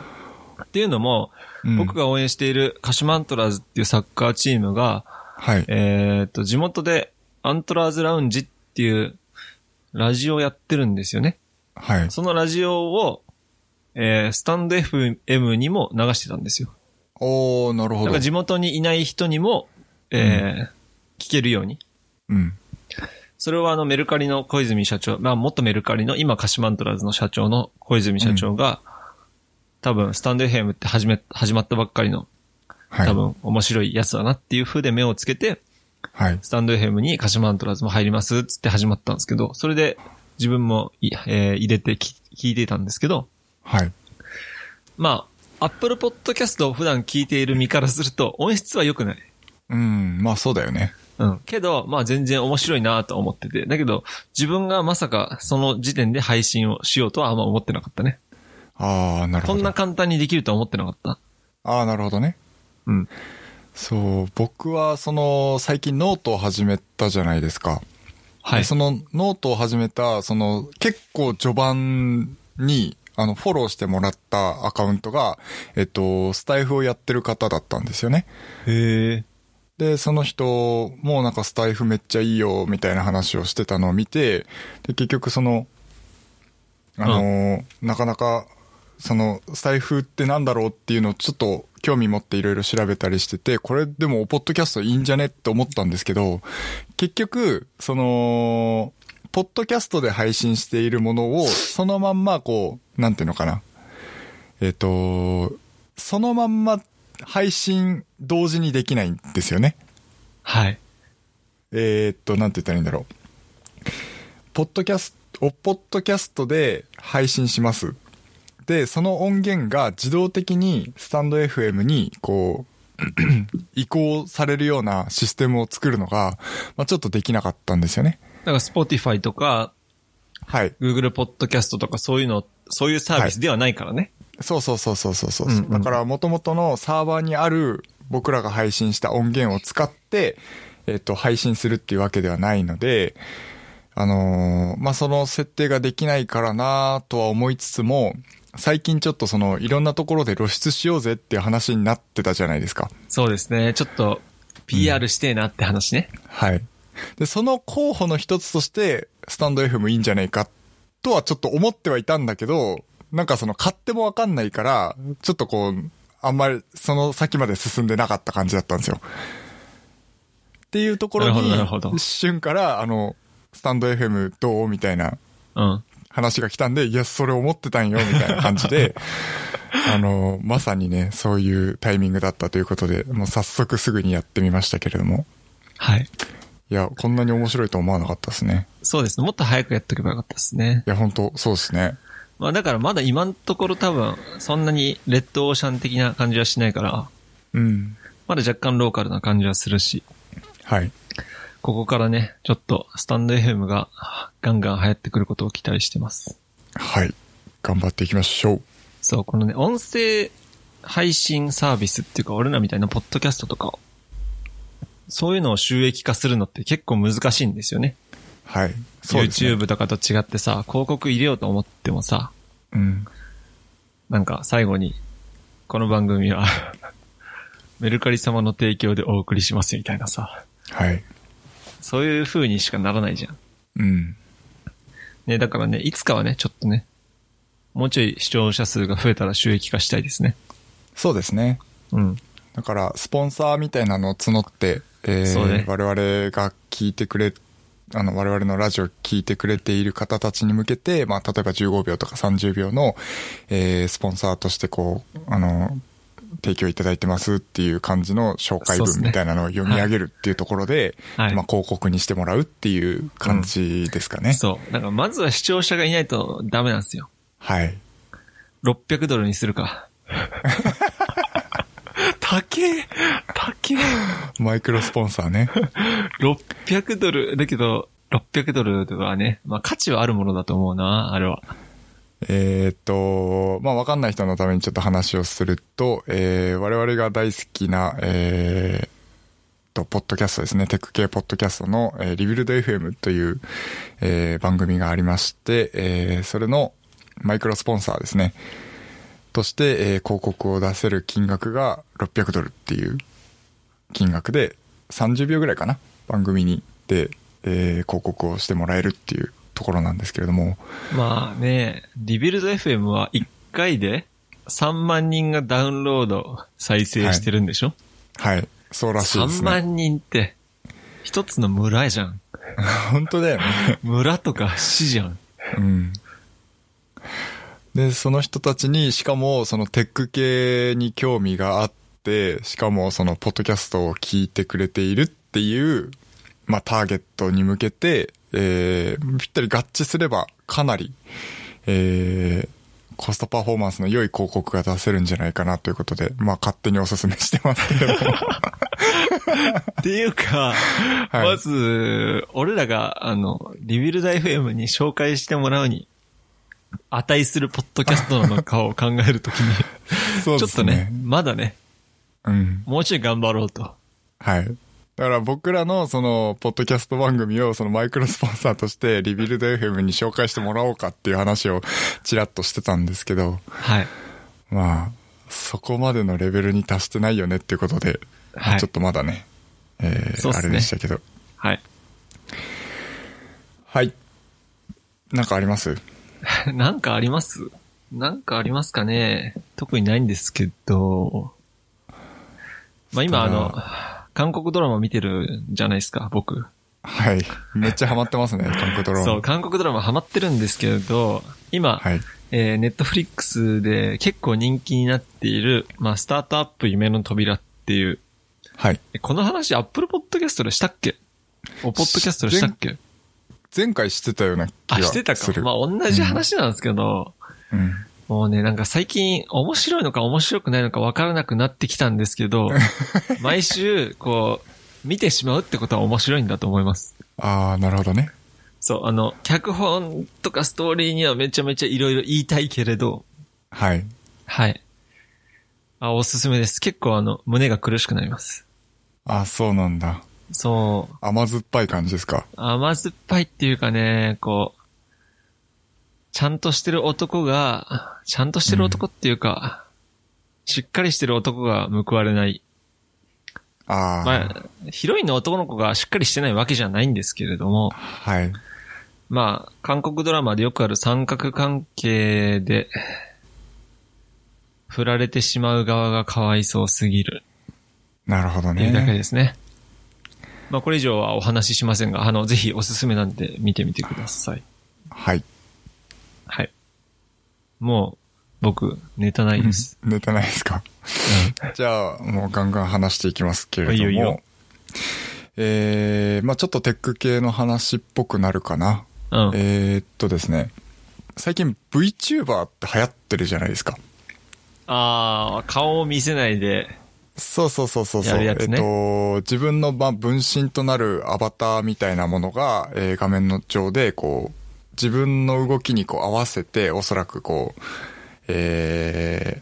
S2: っていうのも、
S1: うん
S2: 僕が応援しているカシマントラーズっていうサッカーチームが、
S1: はい。
S2: えーっと、地元でアントラーズラウンジっていうラジオやってるんですよね。
S1: はい。
S2: そのラジオを、えースタンド FM にも流してたんですよ。
S1: おー、なるほ
S2: だか
S1: ど
S2: ら。地元にいない人にも、えー聞けるように。
S1: うん。
S2: それはあのメルカリの小泉社長、まあ元メルカリの今カシマントラーズの社長の小泉社長が、多分スタンド FM って始め、始まったばっかりの、
S1: はい。
S2: 多分面白いやつだなっていう風で目をつけて、
S1: はい。
S2: スタンド FM にカシマントラーズも入りますっつって始まったんですけど、それで自分もい、えー入れてき聞いていたんですけど、
S1: はい。
S2: まあ、アップルポッドキャストを普段聞いている身からすると音質は良くない。
S1: うん。まあそうだよね。
S2: うん。けど、まあ全然面白いなとは思ってて。だけど、自分がまさかその時点で配信をしようとはあんま思ってなかったね。
S1: あー、なるほ
S2: こ
S1: ど。
S2: んな簡単にできるとは思ってなかった。
S1: あー、なるほどね。
S2: うん。
S1: そう、僕はその、最近ノートを始めたじゃないですか。
S2: はい。
S1: そのノートを始めた、その結構序盤に、あの、フォローしてもらったアカウントが、えっと、スタイフをやってる方だったんですよね。
S2: へえ。
S1: で、その人、もうなんかスタイフめっちゃいいよ、みたいな話をしてたのを見て、で、結局その、あのーなかなか、その、スタイフってなんだろうっていうのをちょっと興味持っていろいろ調べたりしてて、これでもポッドキャストいいんじゃねって思ったんですけど、結局、その、ポッドキャストで配信しているものを、そのまんまこう、なんていうのかな。えっ、と、そのまんま配信同時にできないんですよね。
S2: はい。
S1: えーっと、なんて言ったらいいんだろう。ポッドキャスト、おポッドキャストで配信します。で、その音源が自動的にスタンド FM に、こう、 移行されるようなシステムを作るのが、まあ、ちょっとできなかったんですよね。
S2: だから Spotify とか、
S1: はい。
S2: Google ポッドキャストとかそういうの、そういうサービスではないからね。
S1: そうそうそうそうそうそう。
S2: うんうん
S1: だから元々のサーバーにある僕らが配信した音源を使って、えっ、と、配信するっていうわけではないので、あのーまあ、その設定ができないからなとは思いつつも、最近ちょっとその、いろんなところで露出しようぜっていう話になってたじゃないですか。
S2: そうですね。ちょっと、PR してえなって話ね。
S1: はい。で、その候補の一つとして、スタンド FM いいんじゃねえか、とはちょっと思ってはいたんだけど、なんかその買ってもわかんないから、ちょっとこう、あんまりその先まで進んでなかった感じだったんですよ。っていうところ
S2: なるほどなるほ
S1: に、
S2: ど
S1: 一瞬から、あの、スタンド FM どうみたいな
S2: うん。
S1: 話が来たんで、いや、それ思ってたんよ、みたいな感じ で、あの、まさにね、そういうタイミングだったということで、もう早速すぐにやってみましたけれども。
S2: はい。
S1: いや、こんなに面白いと思わなかったですね。
S2: そうですね。もっと早くやっとけばよかったですね。
S1: いや、本当そうですね。
S2: まあだからまだ今のところ多分、そんなにレッドオーシャン的な感じはしないから、
S1: うん。
S2: まだ若干ローカルな感じはするし、
S1: はい。
S2: ここからね、ちょっとスタンド FM がガンガン流行ってくることを期待してます。
S1: はい。頑張っていきましょう。
S2: そう、このね、音声配信サービスっていうか、俺らみたいなポッドキャストとかを、そういうのを収益化するのって結構難しいんですよね。
S1: はい。ですね。
S2: YouTube とかと違ってさ、広告入れようと思ってもさ、
S1: うん。
S2: なんか最後に、この番組は、メルカリ様の提供でお送りしますみたいなさ、
S1: はい。
S2: そういう風にしかならないじゃん。
S1: うん。
S2: ね、だからね、いつかはね、ちょっとね、もうちょい視聴者数が増えたら収益化したいですね。
S1: そうですね。
S2: うん。
S1: だから、スポンサーみたいなのを募って、えー
S2: そうね
S1: 我々が聞いてくれ、あの、我々のラジオ聞いてくれている方たちに向けて、まあ、例えば15秒とか30秒の、えースポンサーとしてこう、あの、提供いただいてますっていう感じの紹介
S2: そうっす
S1: 文
S2: ね
S1: みたいなのを読み上げるっていうところで、
S2: はい
S1: まあ、広告にしてもらうっていう感じですかね。
S2: そう。だからまずは視聴者がいないとダメなんですよ。
S1: はい。
S2: 600ドルにするか。高え高え
S1: マイクロスポンサーね。
S2: !600 ドル、だけど、600ドルとかね、まあ価値はあるものだと思うな、あれは。
S1: えーっと、まあ、わかんない人のためにちょっと話をすると、えー我々が大好きな、えーっと、ポッドキャストですね、テック系ポッドキャストの、えーリビルド FM という、えー番組がありまして、えーそれのマイクロスポンサーですね、として、えー広告を出せる金額が600ドルっていう金額で、30秒ぐらいかな、番組に、で、えー広告をしてもらえるっていうところなんですけれども、
S2: まあね、リビルド FM は1回で3万人がダウンロード再生してるんでしょ、
S1: はい。そうらしいです
S2: 3
S1: ね。
S2: 万人って、一つの村じゃ ん。
S1: 本当だ よね。
S2: 村とか市じゃん。
S1: うん。で、その人たちに、しかも、そのテック系に興味があって、しかも、その、ポッドキャストを聞いてくれているっていう、まあ、ターゲットに向けて、えー、ぴったり合致すれば、かなり、えー、コストパフォーマンスの良い広告が出せるんじゃないかなということで、まあ、勝手にお勧めしてますけども。
S2: っていうか、
S1: はい
S2: まず、俺らが、あの、リビルド FM に紹介してもらうに、値するポッドキャストなのかを考えるときに、
S1: そう
S2: ち
S1: で
S2: ょっ
S1: す
S2: とね
S1: ね。、
S2: まだね、
S1: うん。
S2: もうちょい頑張ろうと。
S1: はい。だから僕らのその、ポッドキャスト番組をそのマイクロスポンサーと してリビルド FM に紹介してもらおうかっていう話をちらっとしてたんですけど、
S2: はい。
S1: まあ、そこまでのレベルに達してないよねっていうことで、
S2: はい
S1: ちょっとまだね、えー
S2: そうっ
S1: あ
S2: すね
S1: れでしたけど。
S2: はい。
S1: はい。なんかあります
S2: なんかありますなんかありますかね特にないんですけど、まあ今あの
S1: た、
S2: 韓国ドラマ見てるじゃないですか、僕。
S1: はい。めっちゃハマって ますね、韓国ドローン。
S2: そう、韓国ドラマハマってるんですけれど、今、
S1: はい。
S2: えー、ネットフリックスで結構人気になっている、まあ、スタートアップ夢の扉っていう、
S1: はい。
S2: えこの話、アップルポッドキャストでしたっけお、ポッドキャストでしたっけ
S1: 前回してたような気が
S2: あ、
S1: する。
S2: してたか。まあ、同じ話なんですけど、
S1: うん。
S2: もうね、なんか最近面白いのか面白くないのか分からなくなってきたんですけど、毎週、こう、見てしまうってことは面白いんだと思います。
S1: ああ、なるほどね。
S2: そう、あの、脚本とかストーリーにはめちゃめちゃいろいろ言いたいけれど、
S1: はい。
S2: はい。あ、おすすめです。結構あの、胸が苦しくなります。
S1: あ、そうなんだ。
S2: そう、
S1: 甘酸っぱい感じですか。
S2: 甘酸っぱいっていうかね、こう、ちゃんとしてる男が、ちゃんとしてる男っていうか、しっかりしてる男が報われない。
S1: ああ。
S2: まあ、ヒロインの男の子がしっかりしてないわけじゃないんですけれども、
S1: はい。
S2: まあ、韓国ドラマでよくある三角関係で、振られてしまう側がかわいそうすぎる
S1: なるほど
S2: っていうだけ
S1: ね。
S2: ですね。まあ、これ以上はお話ししませんが、あの、ぜひおすすめなんで見てみてください。
S1: はい。
S2: はい。もう、僕、ネタないです。
S1: ネタないですか。じゃあ、もうガンガン話していきますけれども。
S2: いいよいいよ
S1: えー、まあちょっとテック系の話っぽくなるかな。
S2: うん。うん
S1: えー、っとですね。最近 VTuber って流行ってるじゃないですか。
S2: ああ、顔を見せないで、
S1: そうそうそうそうそう。
S2: やるやつね
S1: えっと、自分の、まあ、分身となるアバターみたいなものが、えー画面の上で、こう、自分の動きにこう合わせて、おそらくこう、え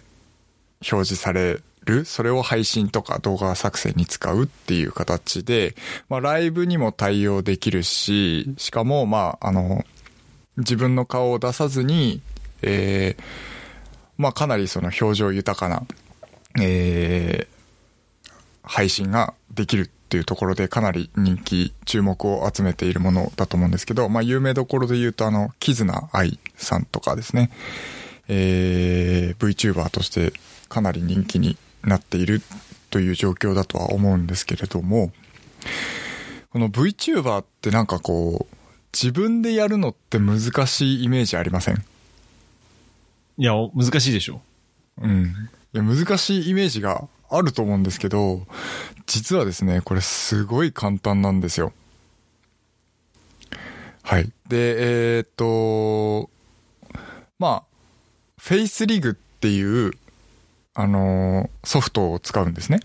S1: ー表示される、それを配信とか動画作成に使うっていう形で、まあ、ライブにも対応できるし、しかも、まあ、あの、自分の顔を出さずに、えーまあ、かなりその表情豊かな、えー配信ができるっていうところでかなり人気、注目を集めているものだと思うんですけど、まあ、有名どころで言うと、あの、キズナアイさんとかですね、えー VTuber としてかなり人気になっているという状況だとは思うんですけれども、この VTuber ってなんかこう、自分でやるのって難しいイメージありません
S2: いや、お難しいでしょ。
S1: うん。いや、難しいイメージがあると思うんですけど、実はですね、これすごい簡単なんですよ。はい。で、えーっと、まあ、フェイスリグっていう、あのーソフトを使うんですね。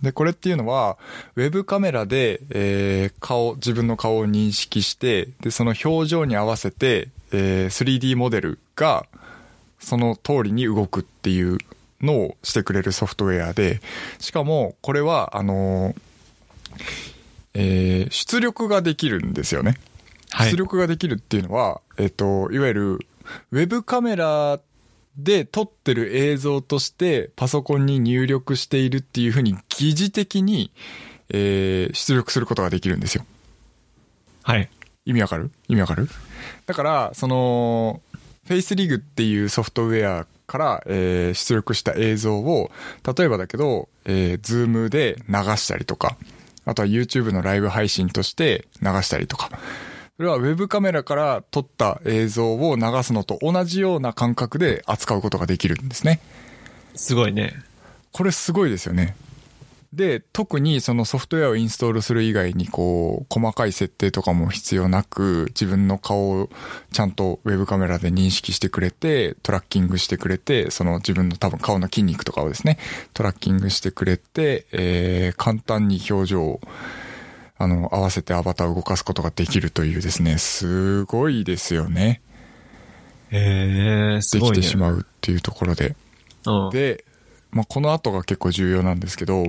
S1: で、これっていうのは、ウェブカメラで、えー顔、自分の顔を認識して、で、その表情に合わせて、えー 3D モデルが、その通りに動くっていうのをしてくれるソフトウェアで、しかも、これは、あのーえー出力ができるんですよね。
S2: はい
S1: 出力ができるっていうのは、えっ、と、いわゆる、ウェブカメラで撮ってる映像としてパソコンに入力しているっていうふうに疑似的に、えー出力することができるんですよ。
S2: はい。
S1: 意味わかる意味わかるだから、その、フェイスリグっていうソフトウェアから、えー出力した映像を、例えばだけど、えー、ズームで流したりとか、あとは YouTube のライブ配信として流したりとか、それはウェブカメラから撮った映像を流すのと同じような感覚で扱うことができるんですね。
S2: すごいね。
S1: これすごいですよね。で、特にそのソフトウェアをインストールする以外にこう、細かい設定とかも必要なく、自分の顔をちゃんとウェブカメラで認識してくれて、トラッキングしてくれて、その自分の多分顔の筋肉とかをですね、トラッキングしてくれて、えー、簡単に表情を、あの、合わせてアバターを動かすことができるというですね、すごいですよね。
S2: へえ、す
S1: で
S2: ご
S1: き
S2: いね。
S1: てしまうっていうところで。
S2: うん。
S1: で、まあ、この後が結構重要なんですけど、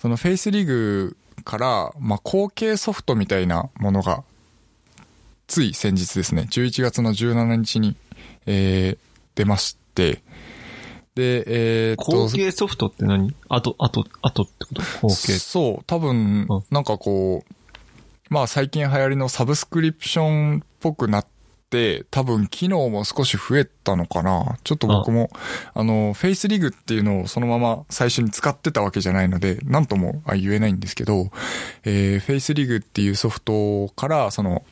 S1: そのフェイスリグから、まあ、後継ソフトみたいなものが、つい先日ですね、11月の17日に、えー出まして、で、えーっと
S2: 後、継ソフトって何あと、あと、あとってこと後継。
S1: そう、多分
S2: うん、
S1: なんかこう、まあ最近流行りのサブスクリプションっぽくなって、多分機能も少し増えたのかな。ちょっと僕も、あの、フェイスリグっていうのをそのまま最初に使ってたわけじゃないので、なんともあ言えないんですけど、えーフェイスリグっていうソフトから、その、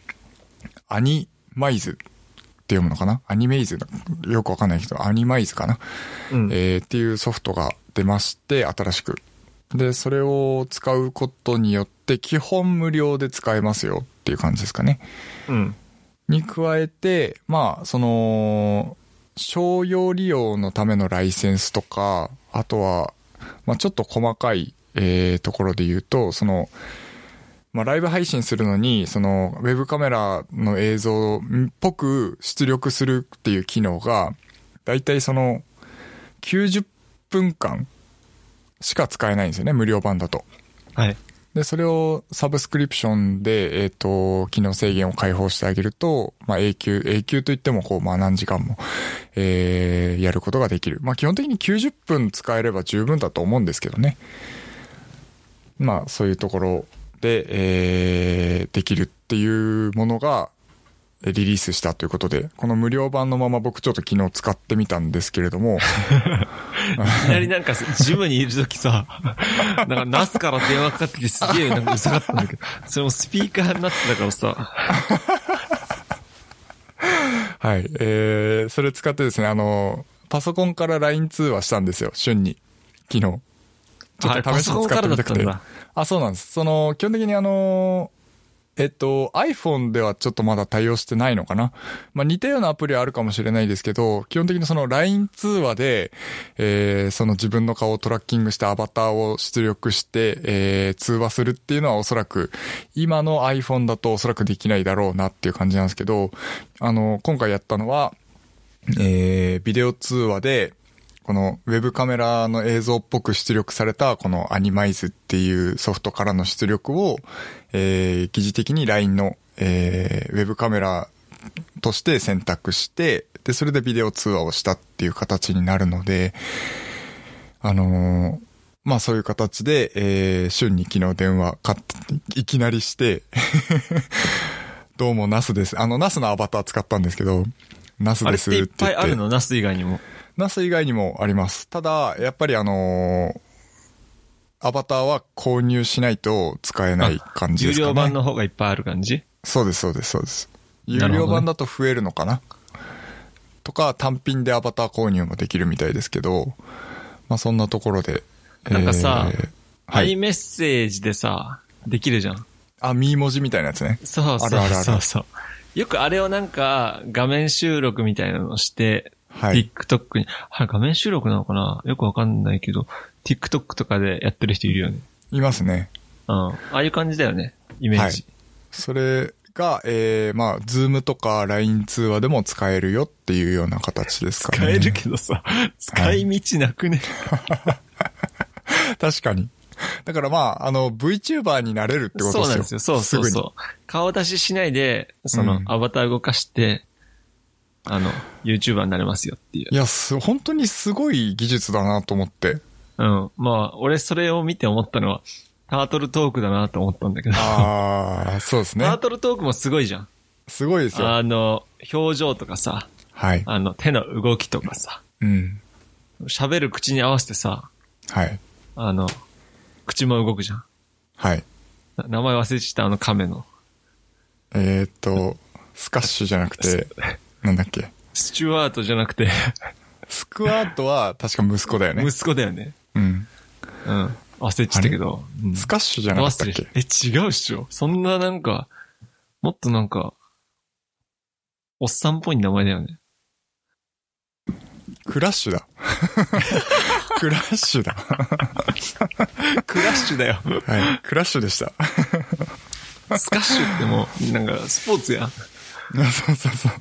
S1: アニマイズって読むのかなアニメイズだよくわかんないけど、アニマイズかな
S2: うん。
S1: えーっていうソフトが出まして、新しく。で、それを使うことによって、基本無料で使えますよっていう感じですかね。
S2: うん。
S1: に加えて、まあ、その、商用利用のためのライセンスとか、あとは、まあ、ちょっと細かい、えーところで言うと、その、まあ、ライブ配信するのに、その、ウェブカメラの映像っぽく出力するっていう機能が、だいたいその、90分間しか使えないんですよね、無料版だと。
S2: はい。
S1: で、それをサブスクリプションで、えっ、と、機能制限を解放してあげると、まあ、永久、永久といっても、こう、まあ、何時間も、えーやることができる。まあ、基本的に90分使えれば十分だと思うんですけどね。まあ、そういうところで、えーできるっていうものが、えリリースしたということで、この無料版のまま僕ちょっと昨日使ってみたんですけれども、
S2: いきなりな んか、ジムにいるときさ、なんか、ナスから電話かかってきてすげえなんかうるさかったんだけど、それもスピーカーになってたからさ、
S1: はい。えー、それ使ってですね、あの、パソコンから LINE 通話したんですよ、瞬に。昨日。ちょっと試しに使ってみたく
S2: あれパソコンからだったん
S1: て
S2: だ。
S1: あ、そうなんです。その、基本的にあの、えっと、iPhone ではちょっとまだ対応してないのかな。まあ、似たようなアプリはあるかもしれないですけど、基本的にその LINE 通話で、えーその自分の顔をトラッキングしてアバターを出力して、えー通話するっていうのはおそらく、今の iPhone だとおそらくできないだろうなっていう感じなんですけど、あの、今回やったのは、えービデオ通話で、このウェブカメラの映像っぽく出力されたこのアニマイズっていうソフトからの出力を、えー、疑似的に LINE の、えーウェブカメラとして選択して、で、それでビデオ通話をしたっていう形になるので、あのーまあそういう形で、えー瞬に昨日電話か、いきなりして、 どうもナスです。あの、ナスのアバター使ったんですけど、ナス
S2: あれ
S1: で
S2: っ
S1: す
S2: ていっぱいあ
S1: て
S2: るのナス以外にも。
S1: ナス以外にもあります。ただ、やっぱりあのーアバターは購入しないと使えない感じで
S2: 有
S1: すかね。
S2: 料版の方がいっぱいある感じ
S1: そうです、そうです、そうです。有
S2: なるほどね
S1: 料版だと増えるのかなとか、単品でアバター購入もできるみたいですけど、まあそんなところで。
S2: なんかさ
S1: えーは。
S2: はいい。メッセージでさ、できるじゃん。
S1: あ、ミー文字みたいなやつね。
S2: そうそう
S1: あるあるある
S2: そうそう。よくあれをなんか、画面収録みたいなのをして、
S1: はい
S2: TikTok に、あれ画面収録なのかなよくわかんないけど、TikTok とかでやってる人いるよね。
S1: いますね。
S2: うん。ああいう感じだよね、イメージ。
S1: それが、えー、まあ、ズームとか LINE 通話でも使えるよっていうような形ですかね。
S2: 使えるけどさ、使い道なくね。
S1: 確かに。だからまあ、あの、VTuber になれるってことですよ。
S2: そうなんですよ。そうそう
S1: すぐに。
S2: そう。顔出ししないで、そうの、
S1: ん
S2: アバター動かして、あの、YouTuber になれますよっていう
S1: い。や、す、本当にすごい技術だなと思って。
S2: うん。まあ、俺それを見て思ったのは、タートルトークだなと思ったんだけど。
S1: ああ、そうです
S2: ター
S1: ね。
S2: トルトークもすごいじゃん。
S1: すごいですよ。
S2: あの、表情とかさ、
S1: はい。
S2: あの、手の動きとかさ、
S1: うん。
S2: 喋る口に合わせてさ、
S1: はい。
S2: あの、口も動くじゃん。
S1: はい。
S2: な名前忘れてた、あの亀の。
S1: えー、っと、スカッシュじゃなくて、なんだっけ。
S2: スチュワートじゃなくて、
S1: スクワートは確か息子だよね。
S2: 息子だよね。
S1: うん。
S2: うん。忘れてたけど。うん
S1: スカッシュじゃなかった
S2: 忘
S1: っ
S2: れ
S1: け
S2: てえ、違うっしょ。そんななんか、もっとなんか、おっさんっぽい名前だよね。
S1: クラッシュだ。クラッシュだ。
S2: クラッシュだよ。
S1: はい。クラッシュでした。
S2: スカッシュってもう、なんか、スポーツやん。
S1: そうそうそう。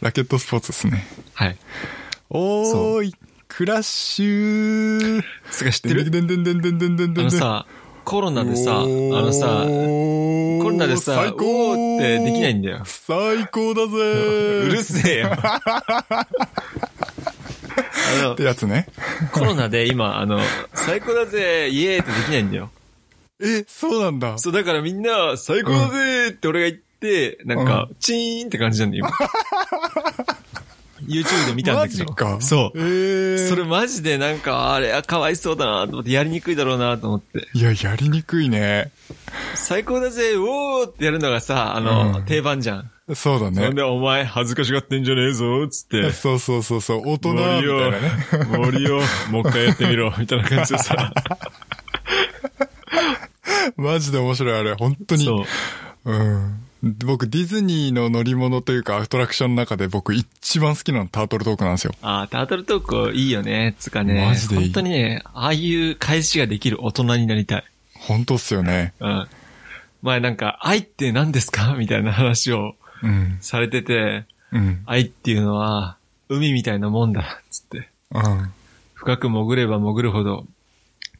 S1: ラケットスポーツですね。
S2: はい。
S1: おーい、クラッシュー。
S2: すが知っ
S1: で
S2: て
S1: ん
S2: る
S1: でんでんでんでんでんでんで
S2: あ
S1: ん
S2: の
S1: でん。
S2: さ、コロナでさ、あ
S1: おー
S2: のさ、
S1: コ
S2: コロナでさ、
S1: 最高
S2: おーってできないん
S1: だ
S2: だよ。
S1: 最高だぜ
S2: う
S1: ー
S2: るせえよ。あの
S1: って、やつね。
S2: コロナで今、あの、最高だぜ、イエーってできないんだよ。
S1: え、そうなんだ。
S2: そう、だからみんな、最高だぜって俺が言って、なんか、チーンって感じなんだよ。今 YouTube で見たんだ
S1: マ
S2: け
S1: ジ
S2: ど。
S1: か。
S2: そう。
S1: えー、
S2: それマジでなんか、あれ、あかわいそうだなと思って、やりにくいだろうなと思って。
S1: いや、やりにくいね。
S2: 最高だぜ、おーってやるのがさ、あの、
S1: うん
S2: 定番じゃん。
S1: そうだ
S2: そん
S1: ね。
S2: で、お前、恥ずかしがってんじゃねえぞ、つって。
S1: そうそうそうそう、大人みたい
S2: 森
S1: な
S2: を
S1: ね。、
S2: 森を、もう一回やってみろ、みたいな感じでさ。
S1: マジで面白い、あれ。本当に。
S2: そ
S1: う
S2: う。
S1: ん。僕、ディズニーの乗り物というか、アトラクションの中で僕一番好きなのタートルトークなんですよ。
S2: あータートルトークいいよね、つうかね。
S1: マジでいい
S2: 本当にね、ああいう返しができる大人になりたい。
S1: 本当っすよね。
S2: うん。前なんか、愛って何ですか みたいな話を
S1: うん。
S2: されてて、
S1: うん。
S2: 愛っていうのは、海みたいなもんだ、つって。
S1: うん。
S2: 深く潜れば潜るほど、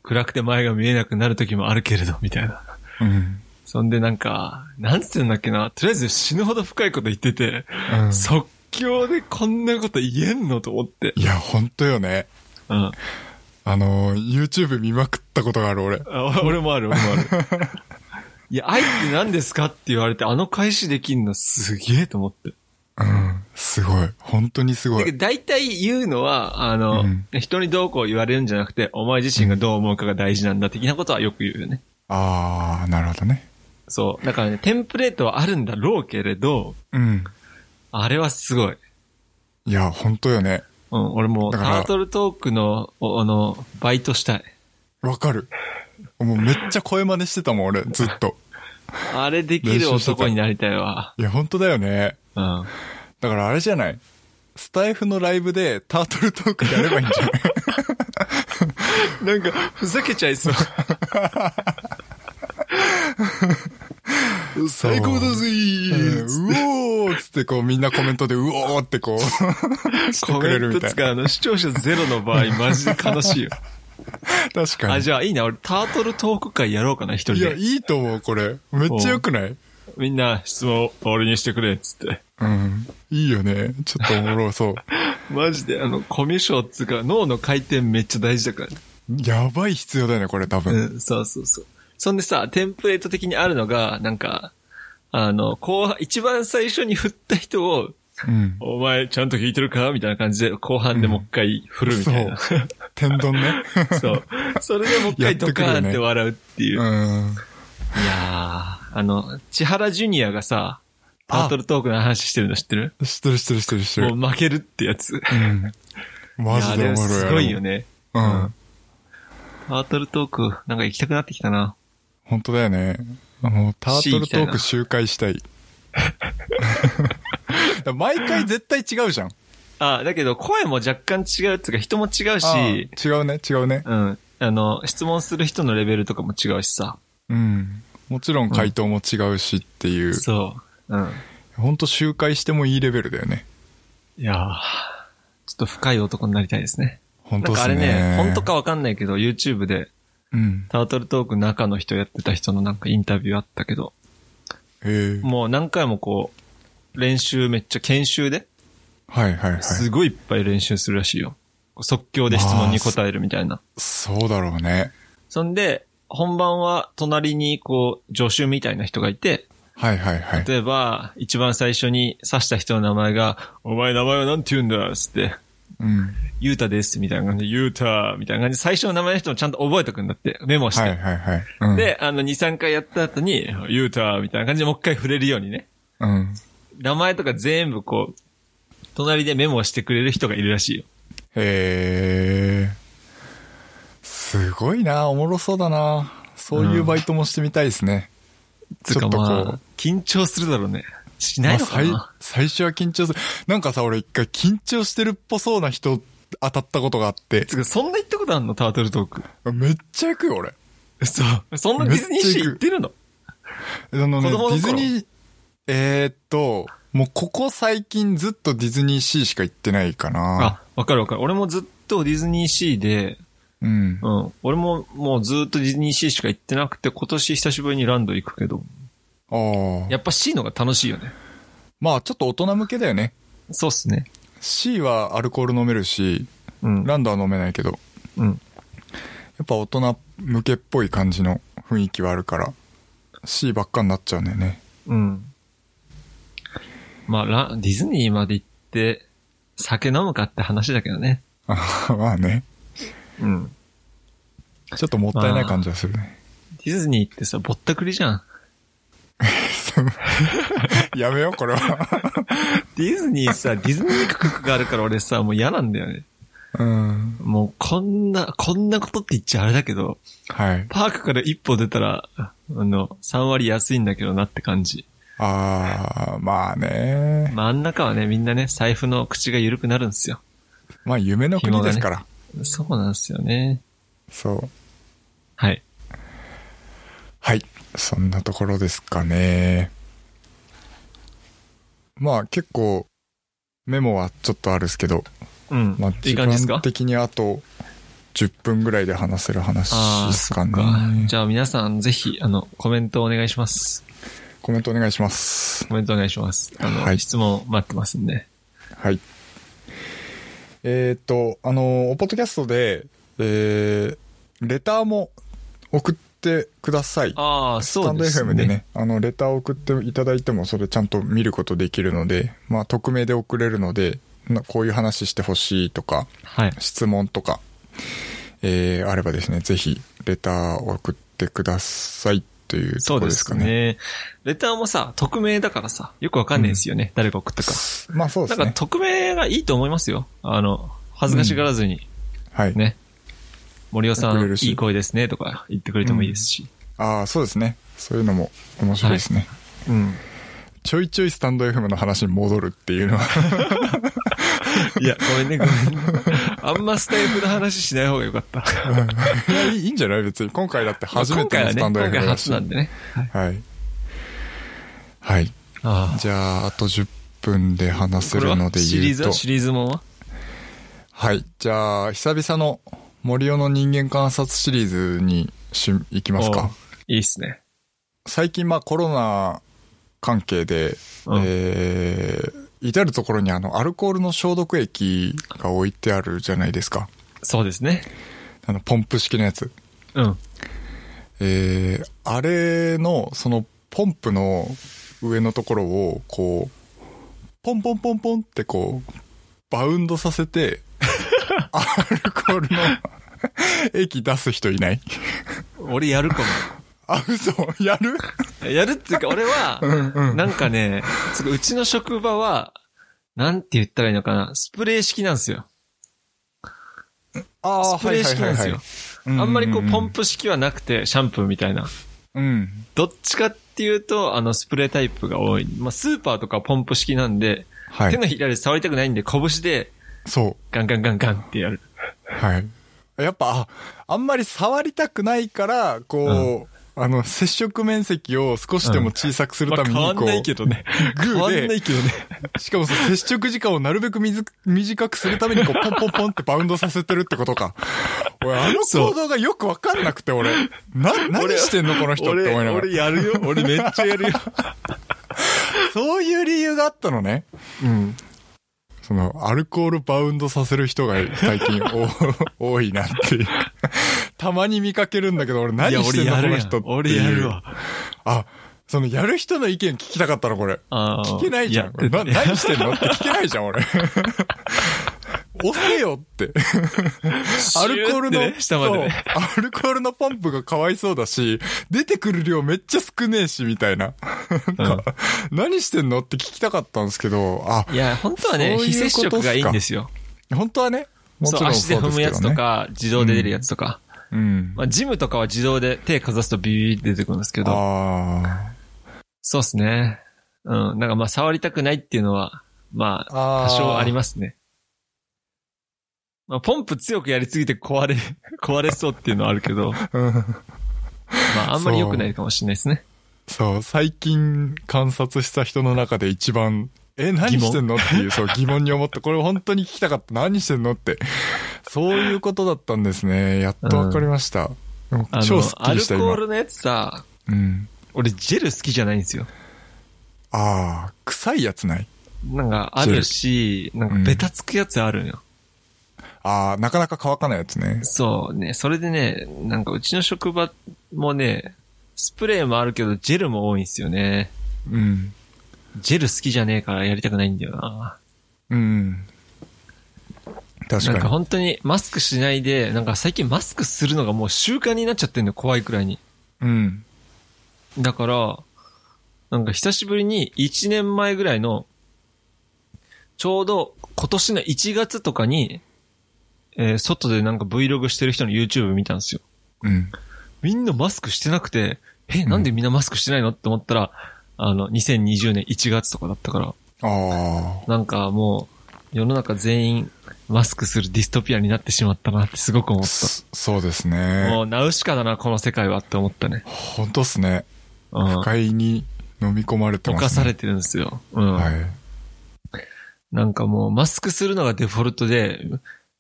S2: 暗くて前が見えなくなる時もあるけれど、みたいな。
S1: うん。
S2: そんでなんか、なんつってんだっけな、とりあえず死ぬほど深いこと言ってて、
S1: うん
S2: 即興でこんなこと言えんのと思って。
S1: いや、本当よね。
S2: うん。
S1: あのー、YouTube 見まくったことがある、俺。
S2: あお俺もある、俺もある。 いや、愛って何ですかって言われて、あの返しできんのすげえと思って。
S1: うん。すごい。本当にすご
S2: だ
S1: い
S2: け。ど大体言うのは、あの、
S1: うん
S2: 人にどうこう言われるんじゃなくて、お前自身がどう思うかが大事なんだ、的なことはよく言うよね。
S1: あー、なるほどね。
S2: そう。だからね、テンプレートはあるんだろうけれど、
S1: うん。
S2: あれはすごい。
S1: いや、本当よね。
S2: うん、俺もう、
S1: だ
S2: タ
S1: から
S2: ートルトークの、おあの、バイトしたい。
S1: わかる。もうめっちゃ声真似してたもん、俺、ずっと。
S2: あれできる男になりたいわ。
S1: いや、本当だよね。
S2: うん。
S1: だからあれじゃないスタイフのライブでタートルトークやればいいんじゃない
S2: なんか、ふざけちゃい そう。
S1: 最高だぜーうおーっつってこうみんなコメントでうおーってこうして
S2: コ
S1: く
S2: メ
S1: れる
S2: ント
S1: みたい
S2: つ
S1: な。
S2: か、あの、視聴者ゼロの場合、マジで悲しいよ。
S1: 確か
S2: あ、
S1: に。
S2: じゃあいいな、俺、タートルトーク会やろうかな、一
S1: い
S2: 人
S1: や、
S2: で。
S1: いいと思う、これ。めっちゃ良くない
S2: みんな、質問、俺にしてくれ、つって。
S1: うん。いいよね。ちょっとおもろそう。
S2: マジで、あの、コミュ障っつうか、脳の回転めっちゃ大事だから。
S1: やばい必要だよね、これ多分。
S2: うん、そうそうそう。そんでさ、テンプレート的にあるのが、なんか、あの、後半、一番最初に振った人を、
S1: うん。
S2: お前ちゃんと聞いてるかみたいな感じで、後半でもう一回振るみ
S1: そ
S2: たいうな。。
S1: 天丼 ね。
S2: そう。それでもう一回ドカーンって笑うっていう。
S1: う
S2: い
S1: ん。
S2: やー、あの、千原ジュニアがさ、タートルトークの話してるの知ってる
S1: 知ってる知ってる知ってる知ってる。
S2: もう負けるってやつ。
S1: うん。マジで
S2: い
S1: お
S2: や
S1: もろい。
S2: すごいよ。ね。
S1: うん。
S2: タートルトーク、なんか行きたくなってきたな。
S1: 本当だよね。もう、タートルトーク周回したい。毎回絶対違うじゃん。
S2: あ、だけど声も若干違うっつうか人も違う
S1: ああ
S2: し、
S1: 違うね、違うね。
S2: うん。あの、質問する人のレベルとかも違うしさ。
S1: うん。もちろん回答も違うしっていう。
S2: そう。うん。
S1: 本当周回してもいいレベルだよね。
S2: いやーちょっと深い男になりたいですね。
S1: 本
S2: な
S1: 当
S2: ん
S1: で
S2: かあ
S1: す
S2: れ
S1: ね。
S2: ね、本当かわかんないけど、YouTube で
S1: うん。
S2: タートルトーク中の人やってた人のなんかインタビューあったけど、
S1: ええ。
S2: もう何回もこう、練習めっちゃ研修で、
S1: はいはいはい。
S2: すごいいっぱい練習するらしいよ。即興で質問に答えるみたいな。
S1: そうだろうね。
S2: そんで、本番は隣にこう、助手みたいな人がいて、
S1: はいはいはい。
S2: 例えば、一番最初に刺した人の名前が、お前名前はなんて言うんだつって、
S1: うん。
S2: ゆうたです、みたいな感じで、ゆうた、みたいな感じで、最初の名前の人もちゃんと覚えとくんだって、メモして。
S1: はいはいはい。うん、
S2: で、あの、2、3回やった後に、ゆうた、みたいな感じでもう一回触れるようにね。
S1: うん。
S2: 名前とか全部こう、隣でメモしてくれる人がいるらしいよ。
S1: へえ。すごいな、おもろそうだな。そういうバイトもしてみたいですね。
S2: つうか
S1: ちょっとこう
S2: まあ、緊張するだろうね。し
S1: ま
S2: ない
S1: あ
S2: のか
S1: 最
S2: な、
S1: 最初は緊張する。なんかさ、俺一回緊張してるっぽそうな人当たったことがあって、
S2: つうか、そんな言ったことあんのタートルトーク。
S1: めっちゃ行くよ、俺。
S2: 嘘。そんなディズニーシー行ってるの
S1: あのね、デ
S2: 子供の頃
S1: ィズニー、えー、っと、もうここ最近ずっとディズニーシーしか行ってないかな。
S2: あ、わかるわかる。俺もずっとディズニーシーで、
S1: うん。
S2: うん。俺ももうずっとディズニーシーしか行ってなくて、今年久しぶりにランド行くけど、
S1: ああ。
S2: やっぱ C のが楽しいよね。
S1: まあちょっと大人向けだよね。
S2: そうっすね。
S1: C はアルコール飲めるし、
S2: うん。
S1: ランドは飲めないけど、
S2: うん。
S1: やっぱ大人向けっぽい感じの雰囲気はあるから、C ばっかになっちゃうんだよね。
S2: うん。まあ、ラディズニーまで行って、酒飲むかって話だけどね。
S1: あまあ ね。
S2: うん。
S1: ちょっともったいない感じはするね。
S2: ディズニーってさ、ぼったくりじゃん。
S1: やめよう、これは。
S2: ディズニー さ、ディズニー区画があるから俺さ、もう嫌なんだよね。
S1: うん。
S2: もうこんな、こんなことって言っちゃあれだけど、
S1: はい。
S2: パークから一歩出たら、あの、3割安いんだけどなって感じ。
S1: あー、まあね。
S2: 真ん中はね、みんなね、財布の口が緩くなるんですよ。
S1: まあ夢の国ですから。
S2: そうなんですよね。
S1: そう。
S2: はい。
S1: はい。そんなところですかね。まあ結構、メモはちょっとあるっすけど、
S2: うん。
S1: まあ
S2: い
S1: 時
S2: い感じです
S1: 間
S2: か
S1: 的にあと10分ぐらいで話せる話
S2: あ
S1: で
S2: あ、
S1: す
S2: そ
S1: か
S2: っ
S1: ね。
S2: か。じゃあ皆さん、ぜひ、あの、コメントお願いします。
S1: コメントお願いします。
S2: コメントお願いします。あの、
S1: はい
S2: 質問待ってますんで。
S1: はい。えーっと、あの、ポッドキャストで、えー、レターも送ってください。
S2: ああ、
S1: スタ
S2: そう
S1: ンド
S2: ですね。
S1: FM でね、あの、レターを送っていただいても、それちゃんと見ることできるので、まあ、匿名で送れるので、なこういう話してほしいとか、
S2: はい。
S1: 質問とか、えー、あればですね、ぜひ、レターを送ってくださいというと
S2: そ
S1: こ
S2: う
S1: ろ
S2: で
S1: です
S2: す
S1: かね。
S2: ね。レターもさ、匿名だからさ、よくわかんないですよね。誰が送ったか。
S1: まあ、そうで
S2: な
S1: す
S2: んか
S1: ね。
S2: 匿名がいいと思いますよ。あの、恥ずかしがらずに、
S1: はい。
S2: ね。森尾さ
S1: 送れ
S2: ん、
S1: るし
S2: いい声ですね、とか言ってくれてもいいですし。
S1: ああ、そうですね。そういうのも面白いですね。
S2: うん。
S1: ちょいちょいスタンド FM の話に戻るっていうのは、
S2: いや、ごめんね、ごめんね。あんまスタイフの話しない方がよかった。
S1: いや、いいいいんじゃない別に。今回だって 初めてのスタ
S2: 今
S1: ンド
S2: 回はね、今
S1: FM
S2: 回
S1: だし。
S2: 初なんでね。
S1: はい。はい。
S2: あ
S1: じゃあ、あと10分で話
S2: こ
S1: せ
S2: れ
S1: る
S2: は
S1: ので
S2: シ
S1: 言
S2: リー
S1: う
S2: ズ
S1: と
S2: は。シリーズもんは
S1: はい。じゃあ、久々の森尾の人間観察シリーズにし行きます
S2: お
S1: か
S2: う。いいっすね。
S1: 最近、まあコロナ関係で、
S2: うん
S1: えー、至るところにあの、アルコールの消毒液が置いてあるじゃないですか。
S2: そうですね。
S1: あの、ポンプ式のやつ。
S2: うん。
S1: えー、あれの、その、ポンプの上のところを、こう、ポンポンポンポンってこう、バウンドさせ て、アルコールの 液出す人いない
S2: 俺やるかも。
S1: あ、嘘やる
S2: やるっていうか、俺は、なんかね、つうかうちの職場は、なんて言ったらいいのかな、スプレー式なんですよ。
S1: あ
S2: スプレー式なんですよ。あんまりこう、ポン
S1: プ。
S2: プ式はなくて、シャンプーみたいな。
S1: うん。
S2: どっちかっていうと、あの、スプレータイプが多い。まあ、スーパーとかポンプ式なんで、
S1: は
S2: 手
S1: い。
S2: のひらで触りたくないんで、拳で、
S1: そう。
S2: ガンガンガンガンってやる。
S1: はい。やっぱ、ああんまり触りたくないから、こう、あの、接触面積を少しでも小さくする
S2: ま
S1: た
S2: あ、
S1: め
S2: 変
S1: に、こう、
S2: わんないけどね。変
S1: グ
S2: わ
S1: ー
S2: んな
S1: で、
S2: いけどね。
S1: しかもその接触時間をなるべくみず短くするために、こう、ポンポンポンってバウンドさせてるってことか。俺、あの行動がよくわかんなくて、俺、な、何してんのこの人って思いながら。
S2: やるよ。 俺めっちゃやるよ。
S1: そういう理由があったのね。
S2: うん。
S1: その、アルコールバウンドさせる人 が最近お 多いなっていう。たまに見かけるんだけど、俺
S2: いや、
S1: 何して
S2: 俺
S1: んの
S2: や
S1: こ
S2: る
S1: の
S2: や
S1: 人って
S2: ん
S1: いう。
S2: 俺やるわ。
S1: あ、そのやる人の意見聞きたかったの、これ。
S2: あー
S1: 聞けないじゃん。
S2: や
S1: これな 何してんのって聞けないじゃん、俺。 押せよって。アルコールの、
S2: シュってね下までね。
S1: そうアルコールのポンプがかわいそうだし、出てくる量めっちゃ少ねえし、みたいな。なんか、何してんのって聞きたかったんですけど、あ、
S2: いや、本当はね、
S1: そう
S2: 非
S1: いうことっ
S2: 接
S1: すか
S2: 触がいいんですよ。
S1: 本当はね、もち
S2: そう、
S1: ろん
S2: 足
S1: そ
S2: で
S1: うで
S2: 踏
S1: す
S2: む
S1: け
S2: や
S1: ど
S2: つ
S1: ね。
S2: とか、自動で出るやつとか。
S1: うん。
S2: まあ、ジムとかは自動で手かざすとビビビって出てくるんですけど。
S1: あ
S2: そうですね。うん。なんかまあ、触りたくないっていうのは、まあ、
S1: あ。
S2: 多少あり
S1: ま
S2: ますね。まあ、ポンプ強くやりすぎて壊れ、 壊れそうっていうのはあるけど、
S1: す。うん
S2: まあ、あんまり良くないかもしれないですね。
S1: そう、最近観察した人の中で一番、え、何してんのっていう、そう、疑問に思った。これ本当に聞きたかった。何してんのって。そういうことだったんですね。やっとわかりました。でも
S2: あの
S1: 超スッキ
S2: ア
S1: リ
S2: ル
S1: し
S2: コ
S1: た、今
S2: ー。ルのやつさ、
S1: うん。
S2: 俺ジェル好きじゃないんですよ。
S1: ああ、臭いやつない。
S2: なんかあるし、なんかベタつくやつあるんよ。
S1: ああ、なかなか乾かないやつね。
S2: そうね、それでね、なんかうちの職場もね、スプレーもあるけど、ジェルも多いんですよね。
S1: うん。
S2: ジェル好きじゃねえからやりたくないんだよな。
S1: うん。確
S2: なん
S1: か
S2: か
S1: に。
S2: 本当にマスクしないで、なんか最近マスクするのがもう習慣になっちゃってんの、怖いくらいに。
S1: うん。
S2: だから、なんか久しぶりに1年前ぐらいの、ちょうど今年の1月とかに、えー外でなんか Vlog してる人の YouTube 見たんですよ。
S1: うん。
S2: みんなマスクしてなくて、え、なんでみんなマスクしてないのって思ったら、あの、2020年1月とかだったから、
S1: ああ。
S2: なんかもう、世の中全員マスクするディストピアになってしまったなってすごく思った。
S1: そそうですね。
S2: もうナウシカだな、この世界はって思ったね。
S1: 本当っすね。
S2: うん
S1: 不。快に飲み込まれてます、ね。
S2: 犯されてるんですよ。うん。
S1: はい。
S2: なんかもうマスクするのがデフォルトで、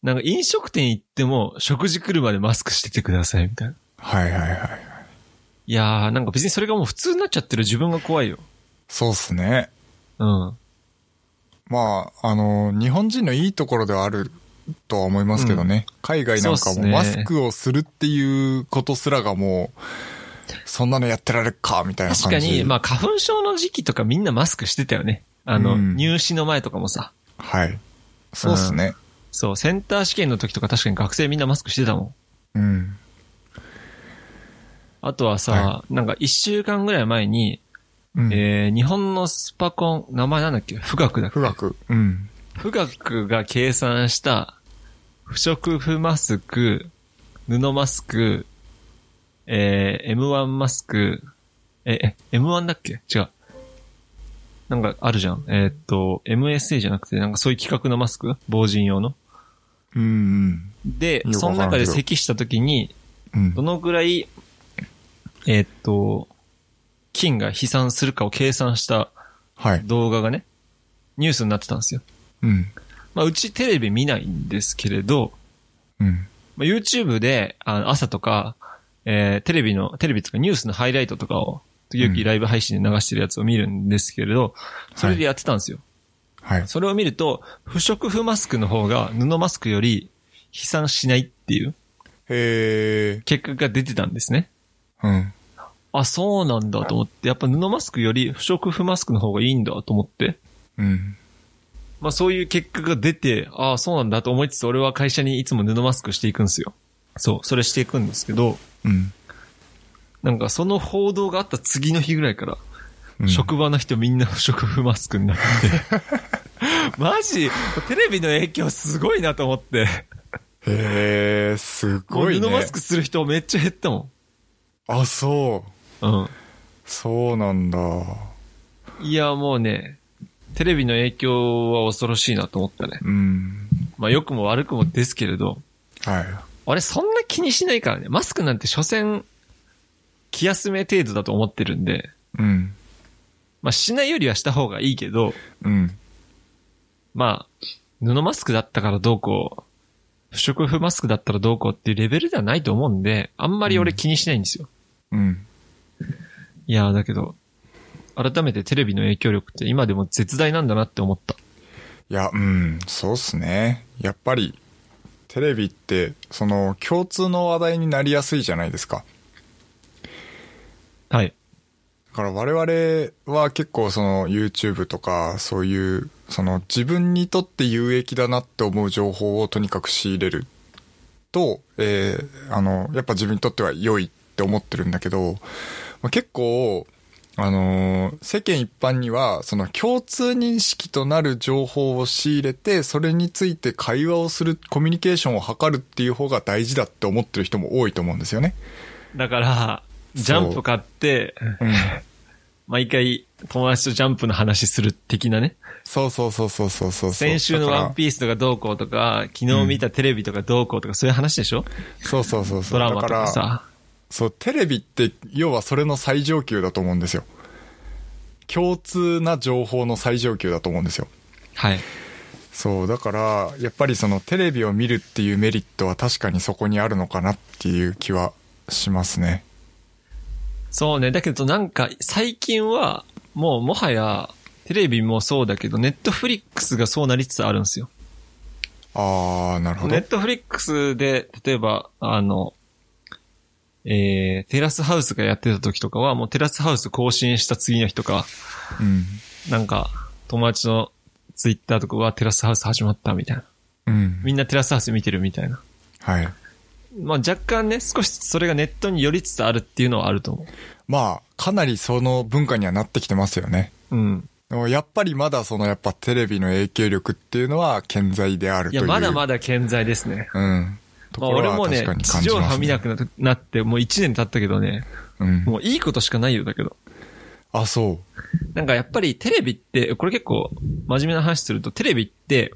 S2: なんか飲食店行っても食事来るまでマスクしててくださいみたいな。
S1: はいはいはい。
S2: いやーなんか別にそれがもう普通になっちゃってる自分が怖いよ。
S1: そうっすね。
S2: うん。
S1: まあ、あの、日本人のいいところではあるとは思いますけどね。海外なんか
S2: そうっす
S1: も
S2: ね
S1: マスクをするっていうことすらがもう、そんなのやってられっか、みたいな
S2: 確
S1: 感
S2: か
S1: じ。
S2: に、まあ花粉症の時期とかみんなマスクしてたよね。あの、
S1: うん
S2: 入試の前とかもさ。
S1: はい。そうっすね。
S2: そう、センター試験の時とか確かに学生みんなマスクしてたもん。
S1: うん。
S2: あとはさ、
S1: は
S2: なんか一週間ぐらい前に、
S1: うん。
S2: えー、日本のスパコン、名前なんだっけ富岳だっけ
S1: 富岳。うん。
S2: 富岳が計算した、不織布マスク、布マスク、えー、M1 マスク、え、え、M1 だっけ違う。なんかあるじゃん。えーっと、MSA じゃなくて、なんかそういう企画のマスク防塵用の。
S1: うん
S2: で、
S1: よくわからんけど
S2: その中で咳した時に、
S1: うん。うん
S2: ど。のぐらい、えーっと、菌が飛散するかを計算した
S1: はい。
S2: 動画がね、ニュースになってたんですよ。
S1: うん。
S2: まあ、うちテレビ見ないんですけれど、
S1: うん。
S2: まあ、YouTube で、あの朝とか、えーテレビの、テレビとかニュースのハイライトとかを、時々ライブ配信で流してるやつを見るんですけれど、それでやってたんですよ。
S1: はい。
S2: それを見ると、不織布マスクの方が布マスクより飛散しないっていう
S1: へえ。
S2: 結果が出てたんですね。
S1: うん。
S2: あ、そうなんだと思って、やっぱ布マスクより不織布マスクの方がいいんだと思って、
S1: うん。
S2: まあそういう結果が出て、ああ、そうなんだと思いつつ、俺は会社にいつも布マスクしていくんですよ。そう、それしていくんですけど、
S1: うん。
S2: なんかその報道があった次の日ぐらいから、
S1: うん
S2: 職場の 人みんな不織布マスクに なって。マジ、テレビの影響すごいなと思って。
S1: へえ、す
S2: も
S1: ご
S2: う
S1: いね。
S2: 布マスクする人めっちゃ減ったも。。
S1: あ、そうんそうなんだ。
S2: うん。いや、もうね、テレビの影響は恐ろしいなと思ったね。
S1: うん。
S2: まあ良くも悪くもですけれど、
S1: はい。
S2: 俺そんな気にしないからね。マスクなんて所詮、気休め程度だと思ってるんで、
S1: うん。
S2: まあしないよりはした方がいいけど、
S1: うん。
S2: まあ、布マスクだったからどうこう、不織布マスクだったらどうこうっていうレベルではないと思うんで、あんまり俺気にしないんですよ。
S1: うん。
S2: いやーだけど、改めてテレビの影響力って今でも絶大なんだなって思った。
S1: いや、うん、そうっすね。やっぱり、テレビって、その、共通の話題になりやすいじゃないですか。
S2: はい。
S1: だから我々は結構その YouTube とかそういうその自分にとって有益だなって思う情報をとにかく仕入れると、えーあの、やっぱ自分にとっては良いって思ってるんだけど、まあ結構、あのー世間一般にはその共通認識となる情報を仕入れてそれについて会話をするコミュニケーションを図るっていう方が大事だって思ってる人も多いと思うんですよね。
S2: だから、
S1: そう
S2: ジャンプ買って、
S1: うん
S2: 毎回友達とジャンプの話する的なね。
S1: そうそうそうそうそうそうそう。
S2: 先週の
S1: だから
S2: ワンピースとかどうこうとか、昨日見たテレビとかどうこうとかそういう話でしょ
S1: そうそうそうそ
S2: ド
S1: う。
S2: ラマ
S1: だ
S2: とからさ。
S1: そう、テレビって、要はそれの最上級だと思うんですよ。共通な情報の最上級だと思うんですよ。
S2: はい。
S1: そう、だから、やっぱりそのテレビを見るっていうメリットは確かにそこにあるのかなっていう気はしますね。
S2: そうね。だけどなんか最近は、もうもはや、テレビもそうだけど、ネットフリックスがそうなりつつあるんですよ。
S1: あー、なるほど。
S2: ネットフリックスで、例えば、あの、えー、テラスハウスがやってた時とかは、もうテラスハウス更新した次の日とか、
S1: うん。
S2: なんか、友達のツイッターとかはテラスハウス始まったみたいな。
S1: うん。
S2: みんなテラスハウス見てるみたいな。
S1: はい。
S2: まあ若干ね、少しそれがネットに寄りつつあるっていうのはあると思
S1: まあ、かなりその文化にはなってきてますよね。
S2: う。うん。
S1: でもやっぱりまだそのやっぱテレビの影響力っていうのは健在である
S2: い
S1: という。
S2: や、まだ
S1: だ。
S2: まだ健在ですね。
S1: うん。と
S2: まあ
S1: ころ
S2: 俺
S1: は
S2: もね
S1: 確か、に感
S2: 地
S1: じ
S2: 上
S1: ま
S2: 波
S1: すね
S2: 見なくなってなって、もう1年経ったけどね、
S1: うん。
S2: もういいことしかないよだけど。
S1: あ、そう。
S2: なんかやっぱりテレビって、これ結構真面目な話すると、テレビって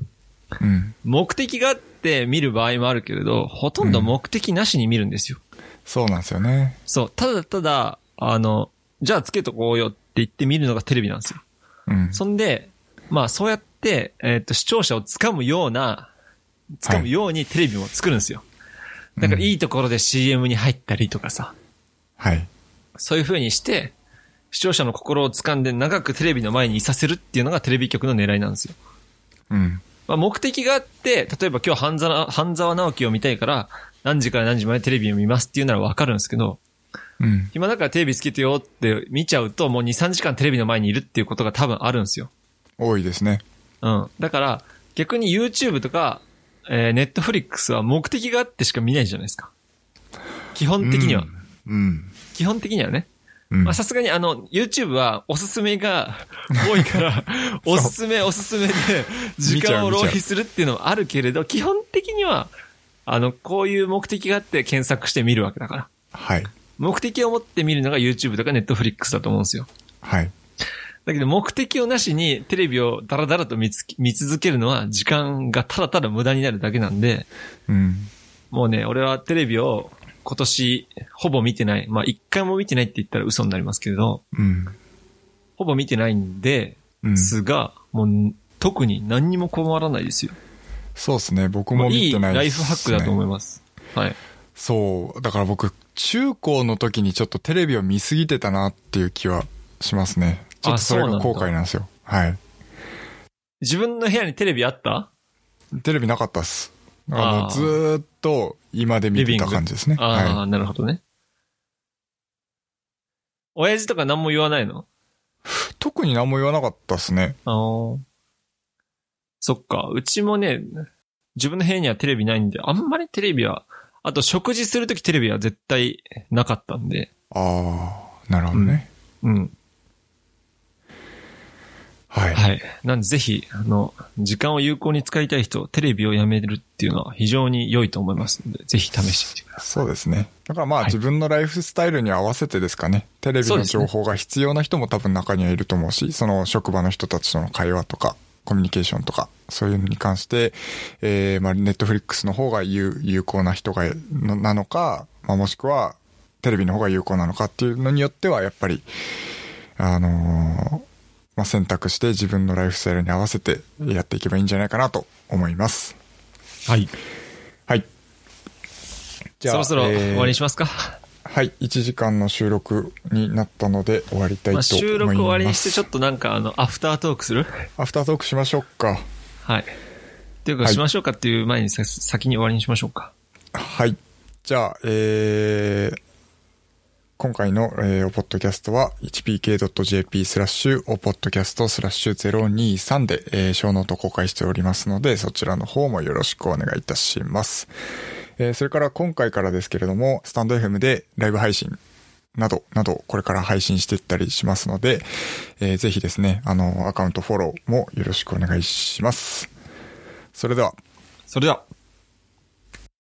S1: うん。
S2: 目的があって見る場合もあるけれど、ほとんど目的なしに見るんですよ。
S1: そうなんですよね。
S2: そう、ただただ、あの、じゃあつけとこうよって言って見るのがテレビなんですよ。
S1: うん。
S2: そんで、まあそうやって、えっ、と、視聴者を掴むような、掴むようにテレビも作るんですよ。だからいいところで CM に入ったりとかさ、
S1: はい。
S2: そういう風にして、視聴者の心を掴んで長くテレビの前にいさせるっていうのがテレビ局の狙いなんですよ。
S1: うん。
S2: まあ目的があって、例えば今日半沢、半沢直樹を見たいから、何時から何時までテレビを見ますっていうならわかるんですけど、
S1: うん。
S2: 暇だからテレビつけてよって見ちゃうと、もう2、3時間テレビの前にいるっていうことが多分あるんですよ。
S1: 多いですね。
S2: うん。だから、逆に YouTube とか、えー、Netflix は目的があってしか見ないじゃないですか。基本的には。
S1: うん。
S2: 基本的にはね。
S1: うん。
S2: まあ、さすがにあの、YouTube はおすすめが多いから、おすすめおすすめで時間を浪費するっていうのはあるけれど、基本的には、あの、こういう目的があって検索して見るわけだから。
S1: はい。
S2: 目的を持って見るのが YouTube とか Netflix だと思うんですよ。
S1: はい。
S2: だけど目的をなしにテレビをダラダラと見つけ見続けるのは時間がただただ無駄になるだけなんで、
S1: うん。
S2: もうね、俺はテレビを今年ほぼ見てない。まあ一回も見てないって言ったら嘘になりますけれど、
S1: うん。
S2: ほぼ見てないんで、
S1: うん。
S2: すが、もう特に何にも困らないですよ。
S1: そうですね。僕も見
S2: いい
S1: てない
S2: ライ
S1: で
S2: フ
S1: す、ね。
S2: ハックだと思い
S1: す。
S2: ます。はい。
S1: そう。だから僕、中高の時にちょっとテレビを見すぎてたなっていう気はしますね。ちょっとそれが後悔なんですよ。はい。
S2: 自分の部屋にテレビあった
S1: テレビなかったっす。だからも
S2: あ
S1: う
S2: ー
S1: ずーっと今で見てた感じですね。
S2: ああ、
S1: は
S2: なるほどね。親父とか何も言わないの
S1: い。特に何も言わなかったっすね。
S2: あのーそっか。うちもね、自分の部屋にはテレビないんで、あんまりテレビは、あと食事するときテレビは絶対なかったんで、
S1: ああ、なるほどね。
S2: うん。
S1: はい。
S2: はい。なんでぜひ、あの、時間を有効に使いたい人、テレビをやめるっていうのは非常に良いと思いますので、ぜひ試してみてくださ
S1: そ
S2: い。
S1: うですね。だからまあ、
S2: はい
S1: 自分のライフスタイルに合わせてですかね。テレビ
S2: そう
S1: の
S2: ですね
S1: 情報が必要な人も多分中にはいると思うし、その職場の人たちとの会話とか、コミュニケーションとか、そういうのに関して、えー、まあ、ネットフリックスの方が有有効な人がの、なのか、まあ、もしくは、テレビの方が有効なのかっていうのによっては、やっぱり、あのーまあ、選択して自分のライフスタイルに合わせてやっていけばいいんじゃないかなと思います。
S2: はい。
S1: はい。じゃあ
S2: そろそろ
S1: えー
S2: 終わりにしますか。
S1: はい、1時間の収録になったので終わりたいと思い
S2: ま
S1: ま
S2: あ、
S1: す。
S2: 収録終わりにして、ちょっとなんか、あの、アフタートークする
S1: アフタートークしましょうか。
S2: はい。っていうか、
S1: はい
S2: しましょうかっていう前にさ、先に終わりにしましょうか。
S1: はい。じゃあ、えー、今回の、えー、おポッドキャストは hpk.jp スラッシュおポッドキャストスラッシュ023で、えー、小ノート公開しておりますので、そちらの方もよろしくお願いいたします。えー、それから今回からですけれども、スタンド FM でライブ配信など、など、これから配信していったりしますので、えー、ぜひですね、あの、アカウントフォローもよろしくお願いします。それでは、
S2: それでは。